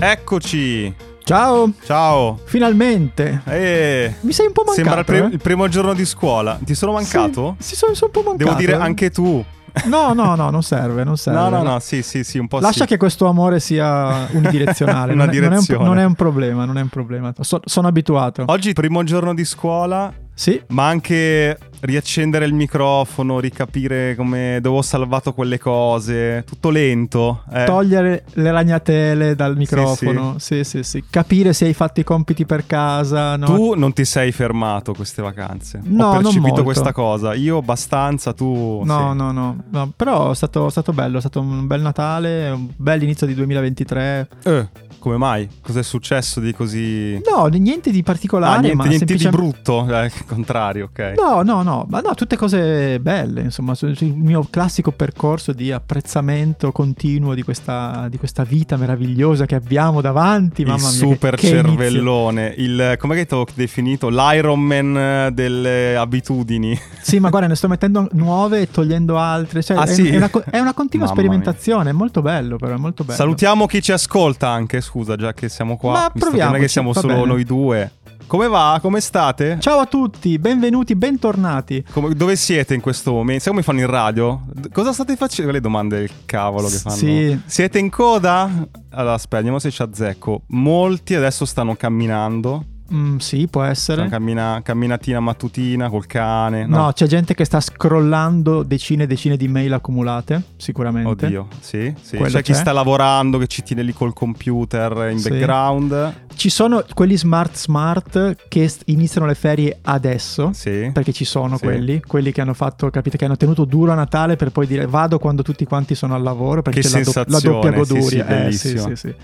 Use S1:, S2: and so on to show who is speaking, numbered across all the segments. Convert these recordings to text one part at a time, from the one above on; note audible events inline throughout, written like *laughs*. S1: Eccoci.
S2: Ciao,
S1: Ciao.
S2: finalmente.
S1: Eh,
S2: Mi sei un po' mancato.
S1: sembra il, pri-
S2: eh?
S1: il primo giorno di scuola. Ti sono mancato?
S2: Sì, sì, sono, sono un po' mancato.
S1: Devo dire
S2: eh.
S1: anche tu.
S2: No, no, no, non serve, non serve.
S1: No, no, no, sì, sì, sì, un po'
S2: Lascia
S1: sì.
S2: che questo amore sia
S1: *laughs*
S2: unidirezionale.
S1: Una
S2: non, è, non è un-
S1: direzione.
S2: non è un problema, non è un problema. So- sono abituato.
S1: Oggi primo giorno di scuola,
S2: Sì,
S1: ma anche riaccendere il microfono, ricapire come dove ho salvato quelle cose, tutto lento. eh.
S2: togliere le ragnatele dal microfono. Sì sì. sì, Capire se hai fatto i compiti per casa. No?
S1: Tu non ti sei fermato queste vacanze.
S2: No,
S1: ho
S2: non
S1: percepito
S2: molto.
S1: questa cosa. Io abbastanza, tu
S2: No,
S1: sì.
S2: no, no, no. Però è stato, è stato bello, è stato un bel Natale, un bel inizio di 2023.
S1: Eh, come mai? Cos'è successo di così
S2: No, niente di
S1: Ah,
S2: particolare,
S1: niente,
S2: ma
S1: niente di
S2: semplicemente-
S1: brutto, eh, il contrario, ok.
S2: No, no, no, ma no, tutte cose belle, insomma, su- su- il mio classico percorso di apprezzamento continuo di questa, di questa vita meravigliosa che abbiamo davanti,
S1: il
S2: mamma mia. che-
S1: super
S2: che inizio.
S1: cervellone, il come che ti ho definito l'Iron Man eh, delle abitudini.
S2: Sì, ma guarda, ne sto mettendo nuove e togliendo altre, cioè,
S1: Ah,
S2: è,
S1: sì?
S2: è una, co- è una continua
S1: Mamma
S2: sperimentazione, è molto bello però, è molto bello.
S1: Salutiamo chi ci ascolta anche, scusa, già che siamo qua,
S2: Ma
S1: visto che non è che
S2: proviamoci,
S1: siamo
S2: va
S1: solo
S2: bene.
S1: noi due. Come va? Come state?
S2: Ciao a tutti, benvenuti, bentornati.
S1: Come- dove siete in questo momento? Sai come fanno in radio? D- cosa state facendo? Le domande del cavolo che fanno.
S2: Sì.
S1: Siete in coda? Allora, aspetta, vediamo se ci azzecco. Molti adesso stanno camminando.
S2: Mm, sì, può essere.
S1: Stanno Cioè, cammina- camminatina mattutina col cane.
S2: No, c'è gente che sta scrollando decine e decine di mail accumulate, sicuramente.
S1: Oddio, sì, sì.
S2: Quello
S1: c'è chi
S2: c'è.
S1: sta lavorando, che ci tiene lì col computer in
S2: Sì.
S1: background.
S2: Ci sono quelli smart smart che s- iniziano le ferie adesso.
S1: Sì.
S2: Perché ci sono
S1: Sì.
S2: quelli, quelli che hanno fatto, capite, che hanno tenuto duro a Natale per poi dire vado quando tutti quanti sono al lavoro perché
S1: Che
S2: c'è la, do- la
S1: sensazione,
S2: doppia
S1: sì,
S2: goduria.
S1: sì,
S2: Eh, sì,
S1: bellissimo.
S2: sì, sì.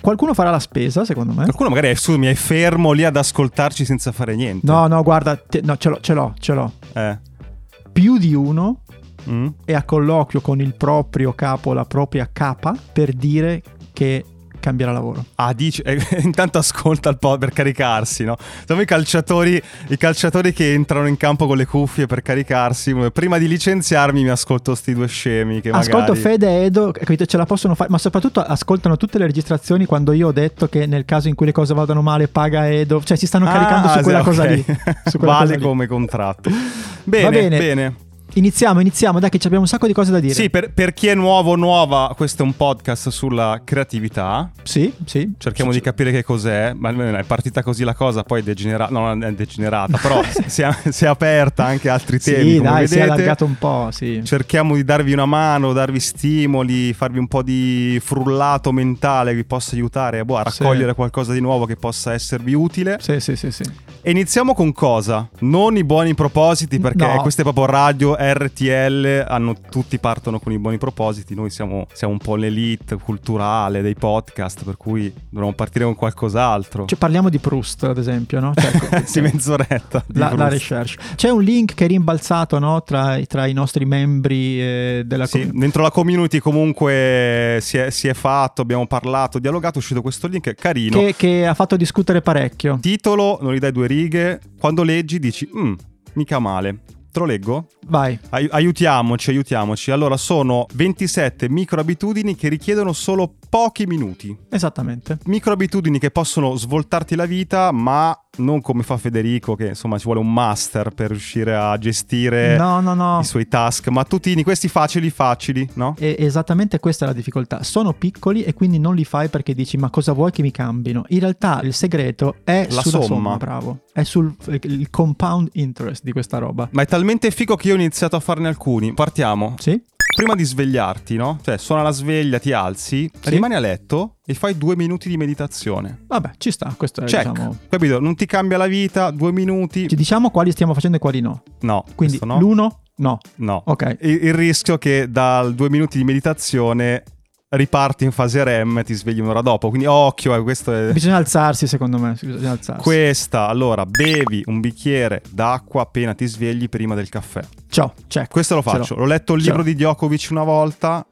S2: Qualcuno farà la spesa, secondo me.
S1: Qualcuno magari, scusami, è fermo lì ad ascoltarci senza fare niente.
S2: No, no, guarda, te- no, ce l'ho, ce l'ho, ce l'ho.
S1: Eh.
S2: Più di uno
S1: Mm?
S2: è a colloquio con il proprio capo, la propria capa, per dire che cambierà lavoro.
S1: Ah, dici, eh, *laughs* intanto ascolta il po' per caricarsi, no? Siamo i calciatori, i calciatori che entrano in campo con le cuffie per caricarsi. Prima di licenziarmi mi ascolto sti due scemi che
S2: Ascolto
S1: magari...
S2: Fede e Edo, capito, ce la possono fare, ma soprattutto ascoltano tutte le registrazioni quando io ho detto che nel caso in cui le cose vadano male paga Edo, cioè si stanno caricando
S1: Ah,
S2: su quella
S1: sì,
S2: cosa
S1: ok.
S2: lì.
S1: *laughs*
S2: Su quella
S1: vale
S2: cosa lì.
S1: come contratto. Bene,
S2: bene.
S1: bene.
S2: Iniziamo, iniziamo, dai che ci abbiamo un sacco di cose da dire.
S1: Sì, per, per chi è nuovo o nuova, questo è un podcast sulla creatività.
S2: sì, sì.
S1: Cerchiamo
S2: Sì,
S1: di capire che cos'è, ma almeno è partita così la cosa, poi è degenerata, no, non è degenerata,
S2: *laughs*
S1: però si è, si è aperta anche a altri
S2: Sì,
S1: temi, come
S2: dai, si è
S1: vedete.
S2: allargato un po', sì.
S1: Cerchiamo di darvi una mano, darvi stimoli, farvi un po' di frullato mentale che vi possa aiutare boh, a
S2: Sì.
S1: raccogliere qualcosa di nuovo che possa esservi utile.
S2: Sì, sì, sì, sì.
S1: E iniziamo con cosa? Non i buoni propositi, perché
S2: No.
S1: queste proprio radio, RTL, hanno- tutti partono con i buoni propositi. Noi siamo, siamo un po' l'elite culturale dei podcast, per cui dovremmo partire con qualcos'altro.
S2: Cioè, parliamo di Proust, ad esempio, no? Cioè,
S1: *laughs* sì, mezz'oretta. di
S2: La, la
S1: Proust.
S2: recherche. C'è un link che è rimbalzato no, tra, i- tra i nostri membri eh, della
S1: Sì,
S2: com-
S1: dentro la community comunque si è, si è fatto, abbiamo parlato, dialogato, è uscito questo link, carino.
S2: che, che ha fatto discutere parecchio.
S1: Titolo, non gli dai due righe, quando leggi dici, "Mm, mica male. Te lo leggo?
S2: Vai.
S1: Ai- aiutiamoci, aiutiamoci. Allora, sono 27 microabitudini che richiedono solo pochi minuti.
S2: Esattamente.
S1: Microabitudini che possono svoltarti la vita, ma non come fa Federico, che insomma ci vuole un master per riuscire a gestire
S2: No, no, no.
S1: i suoi task mattutini. Questi facili, facili, no?
S2: E- esattamente questa è la difficoltà. Sono piccoli e quindi non li fai perché dici ma cosa vuoi che mi cambino? In realtà il segreto è
S1: La
S2: sulla
S1: somma.
S2: bravo. È sul eh, il compound interest di questa roba.
S1: Ma è talmente figo che io ho iniziato a farne alcuni. Partiamo.
S2: Sì?
S1: Prima di svegliarti, no? Cioè, suona la sveglia, ti alzi, rimani a letto e fai due minuti di meditazione.
S2: Vabbè, ci sta, questo è
S1: Check,
S2: diciamo
S1: capito? Non ti cambia la vita, due minuti.
S2: ci diciamo quali stiamo facendo e quali no.
S1: No,
S2: Quindi
S1: questo no.
S2: l'uno no.
S1: No.
S2: Ok.
S1: Il, il rischio è che dal due minuti di meditazione riparti in fase REM e ti svegli un'ora dopo. Quindi occhio, eh, questo è...
S2: Bisogna alzarsi secondo me, bisogna alzarsi.
S1: Questa, allora, bevi un bicchiere d'acqua appena ti svegli prima del caffè.
S2: Ciao, check.
S1: Questo lo
S2: Ce l'ho.
S1: faccio. L'ho letto il
S2: Ce
S1: libro
S2: l'ho.
S1: di Djokovic una volta.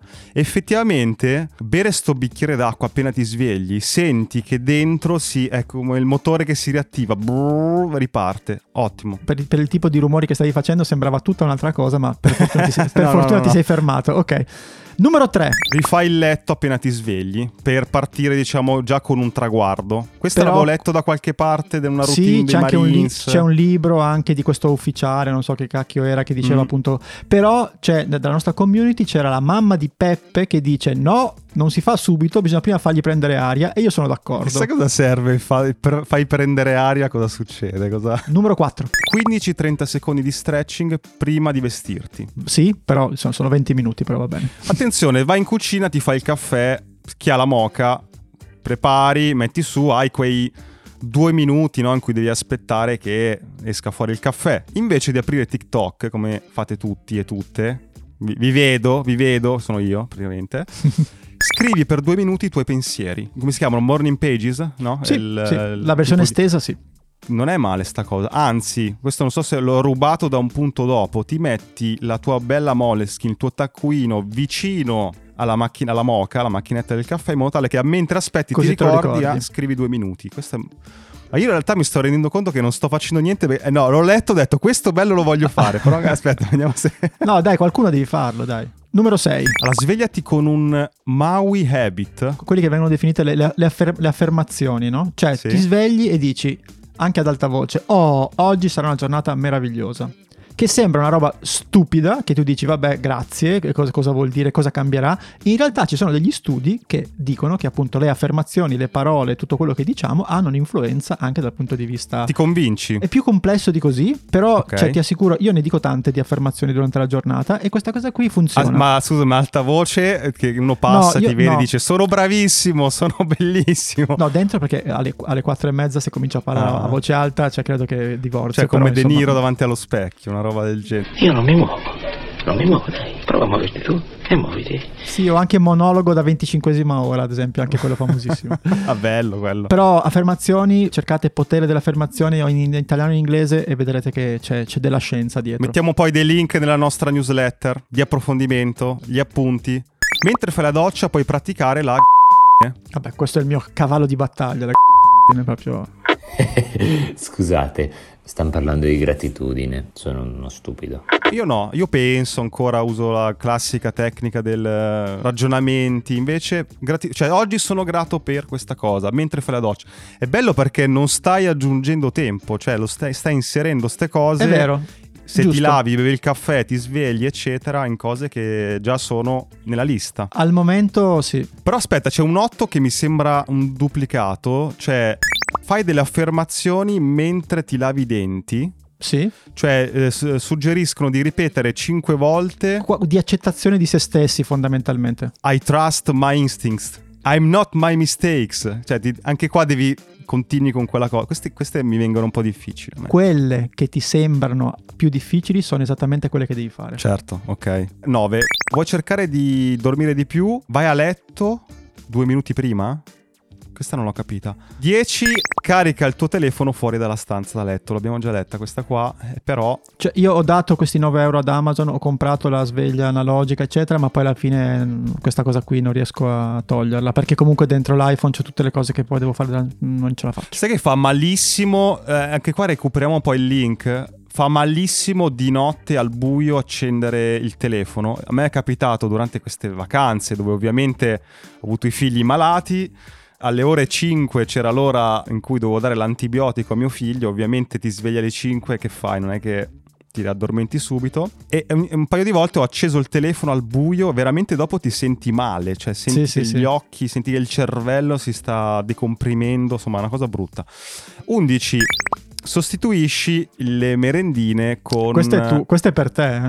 S1: Effettivamente, bere sto bicchiere d'acqua appena ti svegli, senti che dentro si, è come il motore che si riattiva, brrr, riparte. Ottimo.
S2: Per, per il
S1: *laughs*
S2: tipo di rumori che stavi facendo sembrava tutta un'altra cosa, ma per fortuna ti sei, per
S1: No, no,
S2: fortuna
S1: no,
S2: ti
S1: no.
S2: sei fermato. Ok. Numero 3.
S1: Rifai il letto appena ti svegli per partire, diciamo, già con un traguardo. Questo
S2: Però-
S1: l'avevo letto da qualche parte di una routine
S2: Sì,
S1: dei
S2: c'è anche un, li-
S1: Marines.
S2: c'è un libro anche di questo ufficiale, non so che cacchio era, che diceva
S1: Mm.
S2: appunto. Però c'è, da- dalla nostra community c'era la mamma di Peppe che dice: No, non si fa subito, bisogna prima fargli prendere aria. E io sono d'accordo.
S1: Chissà cosa serve, fai, per- fai prendere aria, cosa succede?
S2: *laughs*
S1: Cosa...
S2: Numero 4.
S1: 15-30 secondi di stretching prima di vestirti.
S2: Sì, però sono, sono 20 minuti, però va bene.
S1: Attenzione, vai in cucina, ti fai il caffè, chi ha la moca, prepari, metti su, hai quei due minuti no, in cui devi aspettare che esca fuori il caffè. Invece di aprire TikTok, come fate tutti e tutte, vi, vi vedo, vi vedo, sono io
S2: *laughs*
S1: praticamente. Scrivi per due minuti i tuoi pensieri. Come si chiamano? Morning Pages? No?
S2: Sì,
S1: Il- eh,
S2: sì,
S1: il
S2: la versione
S1: tipo di-
S2: estesa, sì.
S1: non è male sta cosa. Anzi, questo non so se l'ho rubato da un punto dopo. Ti metti la tua bella Moleskin, il tuo taccuino vicino alla macchina, alla moca, alla macchinetta del caffè, in modo tale che mentre aspetti
S2: Così
S1: ti
S2: te lo
S1: ricordi,
S2: ricordi.
S1: ah, scrivi due minuti. Questo è- Ma io in realtà mi sto rendendo conto che non sto facendo niente. perché- eh, no, l'ho letto, ho detto questo bello lo voglio fare.
S2: *laughs*
S1: Però aspetta, vediamo se. *laughs*
S2: No, dai, qualcuno devi farlo, dai. Numero 6.
S1: Allora, svegliati con un Maui Habit.
S2: Quelli che vengono definite le, le- le affer- le affermazioni, no? Cioè,
S1: Sì.
S2: ti svegli e dici, anche ad alta voce, oh, oggi sarà una giornata meravigliosa. Che sembra una roba stupida, che tu dici, vabbè, grazie, che cosa, cosa vuol dire, cosa cambierà. In realtà ci sono degli studi che dicono che appunto le affermazioni, le parole, tutto quello che diciamo hanno un'influenza anche dal punto di vista
S1: Ti convinci?
S2: È più complesso di così, però
S1: Ok.
S2: cioè, ti assicuro, io ne dico tante di affermazioni durante la giornata e questa cosa qui
S1: Ah,
S2: funziona.
S1: ma scusa, ma alta voce eh, che uno passa,
S2: No, io-
S1: ti vede e
S2: no.
S1: dice sono bravissimo, sono *laughs* bellissimo.
S2: No, dentro perché alle, alle quattro e mezza se comincia a parlare
S1: Ah.
S2: a voce alta, cioè credo che divorzio.
S1: Cioè come
S2: però,
S1: De
S2: insomma.
S1: Niro davanti allo specchio, una roba del genere.
S3: Io non mi muovo, non mi muovo, dai. Prova a muoverti tu e muoviti.
S2: Sì, ho anche monologo da 25esima ora, ad esempio, anche quello famosissimo.
S1: *laughs* Ah, bello quello.
S2: Però affermazioni, cercate potere delle affermazioni o in, in italiano e in inglese e vedrete che c'è, c'è della scienza dietro.
S1: Mettiamo poi dei link nella nostra newsletter di approfondimento, gli appunti. Mentre fai la doccia puoi praticare la...
S2: Vabbè, questo è il mio cavallo di battaglia, la c***o, proprio...
S4: Scusate, stanno parlando di gratitudine, sono uno stupido.
S1: Io no, io penso ancora, uso la classica tecnica del eh, ragionamenti, invece grati- cioè, oggi sono grato per questa cosa, mentre fai la doccia. È bello perché non stai aggiungendo tempo, cioè lo stai, stai inserendo ste cose.
S2: È vero.
S1: Se ti
S2: giusto.
S1: lavi, bevi il caffè, ti svegli, eccetera, in cose che già sono nella lista.
S2: Al momento sì,
S1: Però aspetta, c'è un 8 che mi sembra un duplicato, cioè fai delle affermazioni mentre ti lavi i denti,
S2: sì.
S1: cioè eh, s- suggeriscono di ripetere 5 volte
S2: Qua- di accettazione di se stessi fondamentalmente.
S1: I trust my instincts, I'm not my mistakes, cioè ti- anche qua devi continui con quella cosa. Queste, queste mi vengono un po' difficili. a me.
S2: Quelle che ti sembrano più difficili sono esattamente quelle che devi fare.
S1: Certo, ok. 9. Vuoi cercare di dormire di più? Vai a letto due minuti prima? Questa non l'ho capita. 10. Carica il tuo telefono fuori dalla stanza da letto. L'abbiamo già letta questa qua, eh, però...
S2: Cioè, io ho dato questi 9 euro ad Amazon, ho comprato la sveglia analogica, eccetera, ma poi alla fine mh, questa cosa qui non riesco a toglierla perché comunque dentro l'iPhone c'è tutte le cose che poi devo fare, da- non ce la faccio.
S1: Sai che fa malissimo, eh, anche qua recuperiamo poi il link. Fa malissimo di notte al buio accendere il telefono. A me è capitato durante queste vacanze, dove ovviamente ho avuto i figli malati. Alle ore 5 c'era l'ora in cui dovevo dare l'antibiotico a mio figlio. Ovviamente ti svegli alle 5, che fai? Non è che ti addormenti subito. E un, un paio di volte ho acceso il telefono al buio, veramente dopo ti senti male, cioè senti
S2: Sì,
S1: che
S2: sì,
S1: gli
S2: sì.
S1: occhi, senti che il cervello si sta decomprimendo, insomma, è una cosa brutta. 11. Sostituisci le merendine con
S2: Questo è, tu- questo è per te.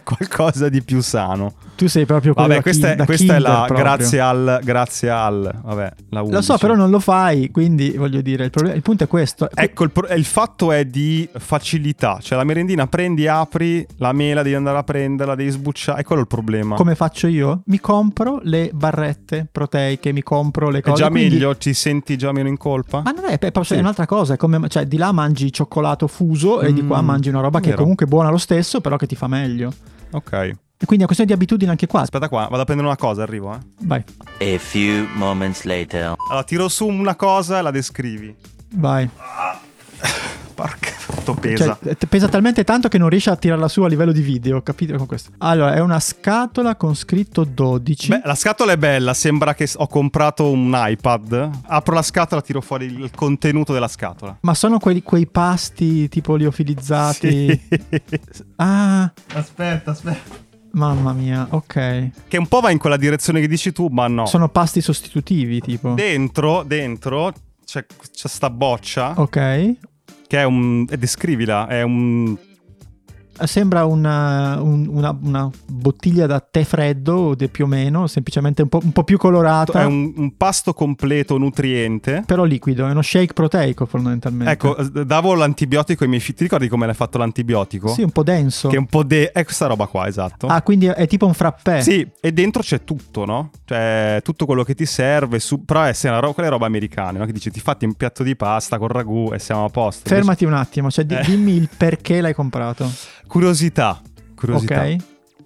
S1: *laughs* qualcosa di più sano.
S2: Tu sei proprio quello
S1: Vabbè,
S2: da
S1: questa,
S2: kin- da
S1: è, questa è
S2: Kinder
S1: la
S2: proprio.
S1: grazie al grazie al vabbè, la
S2: Lo
S1: 11.
S2: so, però non lo fai, quindi voglio dire, il, problema- il punto è questo.
S1: Ecco, il, pro- il fatto è di facilità, cioè la merendina prendi, apri, la mela devi andare a prenderla, devi sbucciare, è quello il problema.
S2: come faccio io? Mi compro le barrette proteiche, mi compro le
S1: è
S2: cose.
S1: già
S2: quindi-
S1: meglio, ti senti già meno in colpa?
S2: Ma non è, è proprio
S1: Sì.
S2: un'altra cosa, è come, cioè di là mangi cioccolato fuso e di qua
S1: Mm,
S2: mangi una roba che è
S1: vero.
S2: comunque buona lo stesso, però che ti fa meglio.
S1: Ok.
S2: E quindi è una questione di abitudine anche qua.
S1: Aspetta qua, vado a prendere una cosa, arrivo, eh.
S2: Vai,
S5: A few moments later.
S1: Allora, tiro su una cosa e la descrivi.
S2: vai.
S1: Porca. Quanto pesa?
S2: Cioè, t- pesa talmente tanto che non riesce a tirarla su a livello di video, capito? Con questo. Allora, è una scatola con scritto 12.
S1: Beh, la scatola è bella, sembra che s- ho comprato un iPad. Apro la scatola, tiro fuori il contenuto della scatola.
S2: Ma sono quelli- quei pasti tipo liofilizzati? Ah,
S1: Aspetta, aspetta.
S2: mamma mia, ok.
S1: Che un po' va in quella direzione che dici tu, ma no.
S2: Sono pasti sostitutivi tipo.
S1: Dentro, dentro c'è, c'è sta boccia
S2: ok. Eh,
S1: che è un... eh, descrivila, è un...
S2: Sembra una, un- una- una bottiglia da tè freddo, de- più o meno, semplicemente un po', un po' più colorata,
S1: è un, un pasto completo, nutriente.
S2: però liquido, è uno shake proteico fondamentalmente.
S1: Ecco, eh, davo l'antibiotico ai miei figli. Ti ricordi come l'hai fatto l'antibiotico?
S2: Sì, un po' denso.
S1: Che è un po' de... È questa roba qua, esatto.
S2: Ah, quindi è tipo un frappè.
S1: Sì, e dentro c'è tutto, no? Cioè, tutto quello che ti serve, su- però è se è una ro- quella roba americana, no? Che dici ti fatti un piatto di pasta con ragù e siamo a posto.
S2: Fermati un attimo, cioè di-
S1: Eh.
S2: dimmi il perché l'hai comprato.
S1: Invece- Curiosità, curiosità.
S2: Ok.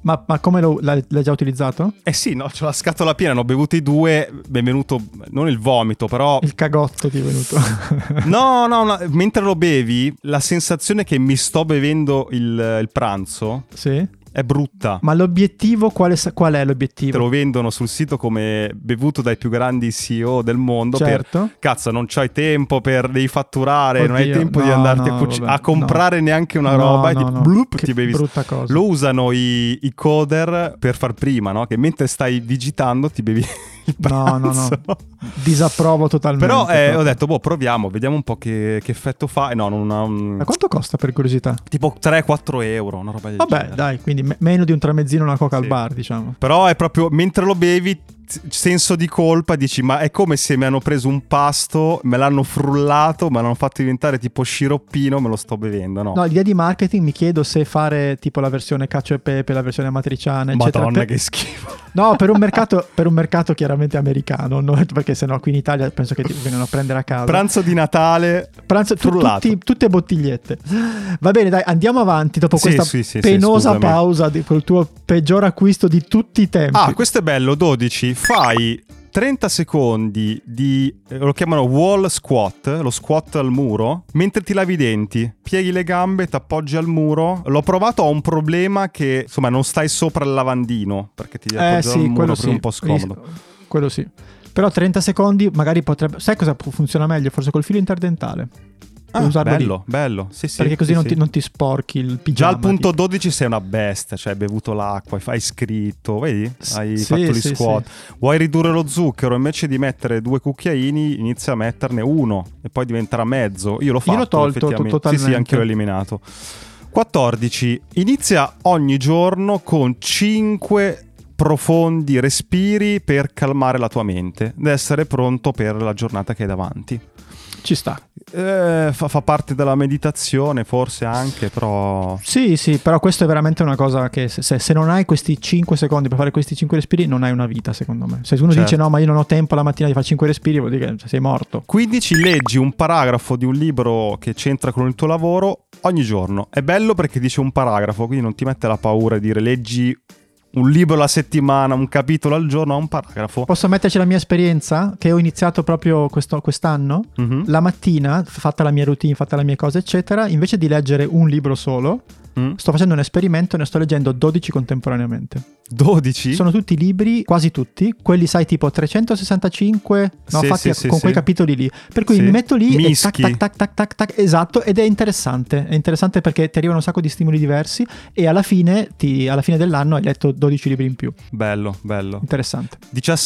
S2: Ma, ma come lo- l'hai, l'hai già utilizzato?
S1: Eh sì, no, c'ho la scatola piena, ne ho bevuti due, mi è venuto, non il vomito,
S2: *laughs*
S1: però...
S2: Il cagotto ti è venuto. *laughs*
S1: No, no, no, mentre lo bevi, la sensazione che mi sto bevendo il, il pranzo
S2: sì.
S1: è brutta.
S2: Ma l'obiettivo quale sa- qual è
S1: Te
S2: l'obiettivo?
S1: lo vendono sul sito come bevuto dai più grandi CEO del mondo per
S2: certo.
S1: Cazzo, non c'hai tempo per devi fatturare, non hai
S2: Oddio,
S1: tempo di
S2: no,
S1: andarti
S2: no,
S1: a, cuci-
S2: vabbè,
S1: a comprare
S2: no.
S1: neanche una
S2: No,
S1: roba
S2: no,
S1: e ti,
S2: no.
S1: blup,
S2: Che
S1: ti bevi.
S2: brutta cosa.
S1: Lo usano i, i coder per far prima, no? Che mentre stai digitando ti bevi *laughs* il
S2: No, no,
S1: pranzo.
S2: no. Disapprovo totalmente.
S1: Però eh, ho
S2: proprio.
S1: detto, boh, proviamo, vediamo un po' che, che effetto fa. E no, non ha un-
S2: Ma quanto costa per curiosità?
S1: tipo 3-4 euro, una roba del
S2: Vabbè,
S1: genere.
S2: dai, quindi me- meno di un tramezzino e una coca
S1: Sì.
S2: al bar, diciamo.
S1: Però è proprio mentre lo bevi, t- senso di colpa, dici: Ma è come se mi hanno preso un pasto, me l'hanno frullato, me l'hanno fatto diventare tipo sciroppino, me lo sto bevendo. No,
S2: No, l'idea di marketing mi chiedo se fare tipo la versione caccio e pepe, la versione amatriciana, eccetera.
S1: Madonna,
S2: per-
S1: che schifo.
S2: No, per un mercato, per un mercato chiaramente americano, no? perché sennò qui in Italia penso che ti vengano a prendere a casa.
S1: Pranzo di Natale.
S2: Pranzo- tu-
S1: frullato.
S2: tutti- tutte bottigliette. Va bene, dai, andiamo avanti dopo
S1: Sì,
S2: questa
S1: sì, sì, sì,
S2: penosa
S1: scusami.
S2: pausa di- col tuo peggior acquisto di tutti i tempi.
S1: Ah, questo è bello. 12. Fai 30 secondi di. eh, Lo chiamano wall squat, lo squat al muro. Mentre ti lavi i denti, pieghi le gambe, ti appoggi al muro. L'ho provato, ho un problema che insomma non stai sopra il lavandino perché ti appoggi
S2: eh
S1: al
S2: sì,
S1: muro
S2: quello
S1: per
S2: sì.
S1: un po' scomodo.
S2: Ris- Quello sì. Però 30 secondi magari potrebbe... Sai cosa pu- funziona meglio? Forse col filo interdentale. Puoi usarlo lì.
S1: Ah, bello, bello. Sì, sì,
S2: perché così
S1: sì,
S2: non,
S1: sì.
S2: Ti, non ti sporchi il
S1: Già
S2: pigiama.
S1: al punto
S2: tipo.
S1: 12 sei una bestia, cioè hai bevuto l'acqua, hai scritto, vedi?
S2: S-
S1: Hai
S2: sì,
S1: fatto gli
S2: sì,
S1: squat. Vuoi ridurre lo zucchero, invece di mettere due cucchiaini inizia a metterne uno e poi diventerà mezzo. Io l'ho fatto
S2: Io l'ho tolto to-
S1: effettivamente. Sì, sì,
S2: totalmente.
S1: anche l'ho eliminato. 14. Inizia ogni giorno con 5 profondi respiri per calmare la tua mente ed essere pronto per la giornata che hai davanti.
S2: Ci sta.
S1: Eh, fa, fa parte della meditazione, forse anche, però.
S2: Sì, sì, però questo è veramente una cosa che se- se, se non hai questi 5 secondi per fare questi 5 respiri non hai una vita, secondo me. Se uno
S1: Certo.
S2: dice no, ma io non ho tempo la mattina di fare 5 respiri, vuol dire che cioè, sei morto.
S1: 15 leggi un paragrafo di un libro che c'entra con il tuo lavoro ogni giorno. È bello perché dice un paragrafo, quindi non ti mette la paura di dire leggi un libro alla settimana, un capitolo al giorno, ha un paragrafo.
S2: Posso metterci la mia esperienza che ho iniziato proprio questo- quest'anno?
S1: Mhm.
S2: La mattina, f- fatta la mia routine, fatta la mia cosa, eccetera, invece di leggere un libro solo,
S1: Mm.
S2: sto facendo un esperimento e ne sto leggendo 12 contemporaneamente.
S1: 12?
S2: Sono tutti libri, quasi tutti, quelli sai tipo 365, no,
S1: Sì,
S2: fatti
S1: sì, sì,
S2: con quei
S1: sì.
S2: capitoli lì. Per cui
S1: Sì.
S2: mi metto lì
S1: Mischi.
S2: e tac, tac, tac, tac, tac, tac, esatto, ed è interessante. È interessante perché ti arrivano un sacco di stimoli diversi e alla fine, ti- alla fine dell'anno hai letto 12 libri in più.
S1: Bello, bello.
S2: Interessante.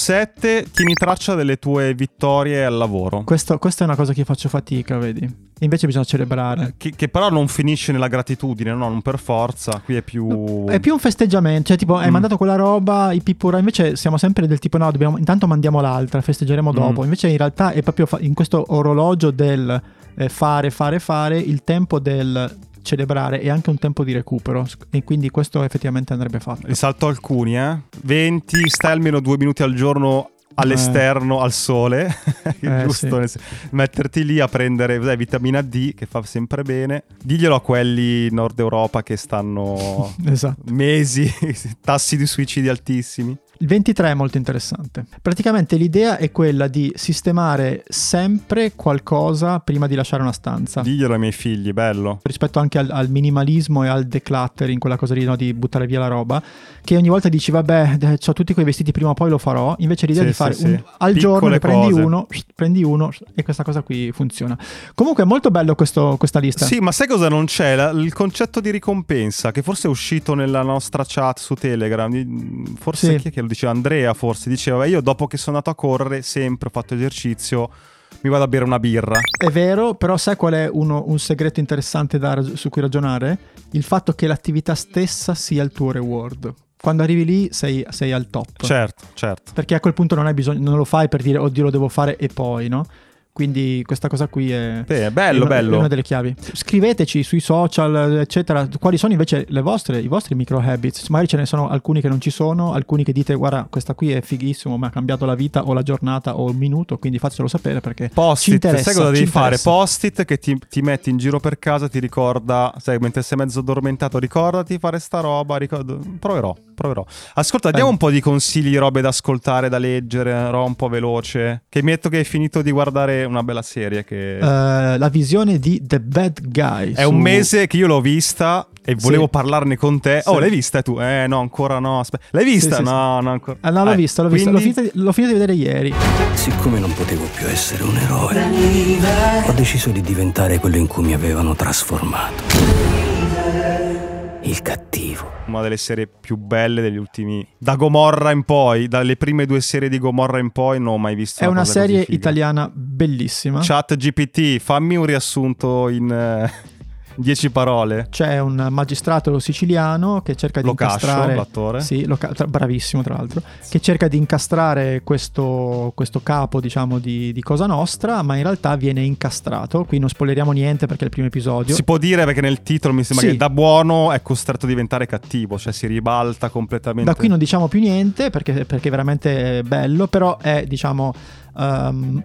S1: 17. Tieni traccia delle tue vittorie al lavoro.
S2: Questo- questa è una cosa che faccio fatica, vedi. Invece bisogna celebrare.
S1: Che, che però non finisce nella gratitudine, no? Non per forza. Qui è più.
S2: È più un festeggiamento, cioè tipo hai
S1: Mm.
S2: mandato quella roba, i pippura, invece siamo sempre del tipo no, dobbiamo, intanto mandiamo l'altra, festeggeremo dopo,
S1: Mm.
S2: invece in realtà è proprio fa- in questo orologio del eh, fare, fare, fare, il tempo del celebrare e anche un tempo di recupero sc- e quindi questo effettivamente andrebbe fatto.
S1: Risalto alcuni, eh. 20, stai almeno due minuti al giorno all'esterno, al sole. *laughs*
S2: Eh,
S1: Giusto? nel sen- Metterti lì a prendere sai, vitamina D, che fa sempre bene. Diglielo a quelli in
S2: *laughs*
S1: Nord Europa che stanno
S2: Esatto.
S1: mesi, tassi di suicidi altissimi.
S2: Il 23 è molto interessante. Praticamente l'idea è quella di sistemare sempre qualcosa prima di lasciare una stanza.
S1: Diglielo ai miei figli, bello.
S2: rispetto anche al, al minimalismo e al decluttering, quella cosa lì no, di buttare via la roba, che ogni volta dici vabbè ho tutti quei vestiti prima o poi lo farò, invece l'idea
S1: Sì,
S2: di
S1: sì,
S2: fare
S1: sì.
S2: un- al giorno
S1: Piccole
S2: ne prendi
S1: cose.
S2: uno, prendi uno e questa cosa qui funziona. Comunque è molto bello questo- questa lista.
S1: Sì, ma sai cosa non c'è? La- il concetto di ricompensa, che forse è uscito nella nostra chat su Telegram. di- mm, Forse
S2: Sì.
S1: chi è che lo diceva? Andrea, forse diceva: "Beh, Io dopo che sono andato a correre, sempre ho fatto esercizio, mi vado a bere una birra.
S2: È vero, però sai qual è uno- un segreto interessante da rag- su cui ragionare? Il fatto che l'attività stessa sia il tuo reward. Quando arrivi lì sei, sei al top.
S1: Certo, certo.
S2: Perché a quel punto non hai bisogno, non lo fai per dire oddio lo devo fare e poi, no? Quindi questa cosa qui è...
S1: Beh, è
S2: è
S1: bello,
S2: una, è
S1: bello.
S2: una delle chiavi. Scriveteci sui social, eccetera, quali sono invece le vostre, i vostri micro habits. Magari ce ne sono alcuni che non ci sono, alcuni che dite guarda questa qui è fighissimo, mi ha cambiato la vita o la giornata o il minuto, quindi faccelo sapere perché... ci
S1: Post-it,
S2: interessa,
S1: sai cosa
S2: ci
S1: devi fare?
S2: interessa.
S1: Post-it che ti, ti metti in giro per casa, ti ricorda, sai, mentre sei mezzo addormentato, ricordati di fare sta roba, ricordo- proverò, proverò. Ascolta, diamo
S2: Bene.
S1: un po' di consigli, robe da ascoltare, da leggere, roba un po' veloce, che metto che hai finito di guardare una bella serie che...
S2: Eh, la visione di The Bad Guy.
S1: È
S2: su-
S1: un mese che io l'ho vista e
S2: Sì.
S1: volevo parlarne con te. Oh,
S2: Sì.
S1: l'hai vista tu? Eh, no, ancora no. aspe- L'hai vista?
S2: sì, sì.
S1: no, no, ancora.
S2: Ah, no, l'ho
S1: Eh,
S2: vista, l'ho vista. L'ho
S1: quindi-
S2: finita, di- l'ho finita di vedere ieri.
S6: Siccome non potevo più essere un eroe, ho deciso di diventare quello in cui mi avevano trasformato. Il cattivo.
S1: Una delle serie più belle degli ultimi. Da Gomorra in poi, dalle prime due serie di Gomorra in poi, non ho mai visto.
S2: È una
S1: cosa
S2: serie
S1: così figa.
S2: italiana bellissima.
S1: Chat GPT, fammi un riassunto in eh, *laughs* dieci parole.
S2: C'è un magistrato siciliano che cerca di
S1: Lo Cascio,
S2: incastrare
S1: l'attore.
S2: Sì, lo ca- tra- bravissimo tra l'altro, che cerca di incastrare questo, questo capo, diciamo, di, di Cosa Nostra, ma in realtà viene incastrato. Qui non spoileriamo niente perché è il primo episodio.
S1: Si può dire perché nel titolo mi sembra
S2: Sì.
S1: che da buono è costretto a diventare cattivo, cioè si ribalta completamente.
S2: Da qui non diciamo più niente perché, perché è veramente bello, però è diciamo ehm,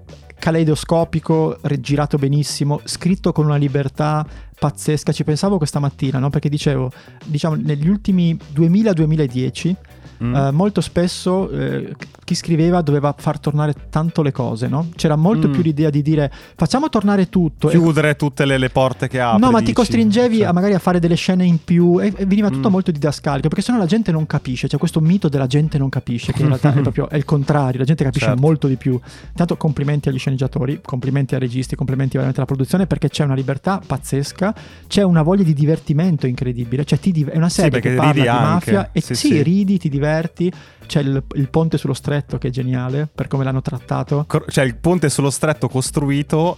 S2: caleidoscopico, re- girato benissimo, scritto con una libertà pazzesca. Ci pensavo questa mattina, no? perché dicevo, diciamo negli ultimi 2000-2010
S1: Mm.
S2: eh, molto spesso eh, chi scriveva doveva far tornare tanto le cose, no? C'era molto
S1: Mm.
S2: più l'idea di dire facciamo tornare tutto. e
S1: Chiudere tutte le, le porte che apri.
S2: No, ma ti
S1: dici.
S2: costringevi
S1: Cioè.
S2: a magari a fare delle scene in più e, e veniva tutto
S1: Mm.
S2: molto didascalico, perché sennò la gente non capisce, c'è questo mito della gente non capisce, che in realtà
S1: *laughs*
S2: è proprio è il contrario, la gente capisce
S1: Certo.
S2: molto di più. Intanto complimenti agli sceneggiatori, complimenti ai registi, complimenti veramente alla produzione perché c'è una libertà pazzesca, c'è una voglia di divertimento incredibile, cioè ti div- è una serie
S1: perché
S2: che parla
S1: ridi
S2: di
S1: anche.
S2: mafia e
S1: Sì,
S2: sì,
S1: sì.
S2: ridi, ti diverti, c'è il, il ponte sullo stretto che è geniale per come l'hanno trattato.
S1: cro- cioè il ponte sullo stretto costruito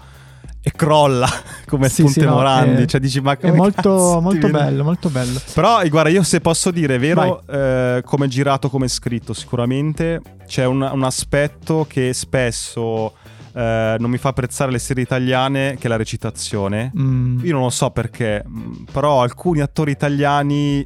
S1: e crolla *laughs* come
S2: Sì,
S1: il ponte
S2: sì, no,
S1: Morandi.
S2: è-
S1: cioè, dici, ma
S2: È
S1: come cazzo
S2: molto,
S1: ti
S2: molto
S1: viene-
S2: bello, molto bello.
S1: Però, eh, guarda, io se posso dire, è vero, eh, come è girato, come è scritto, sicuramente c'è un, un aspetto che spesso eh, non mi fa apprezzare le serie italiane, che è la recitazione.
S2: Mm.
S1: Io non lo so perché, mh, però alcuni attori italiani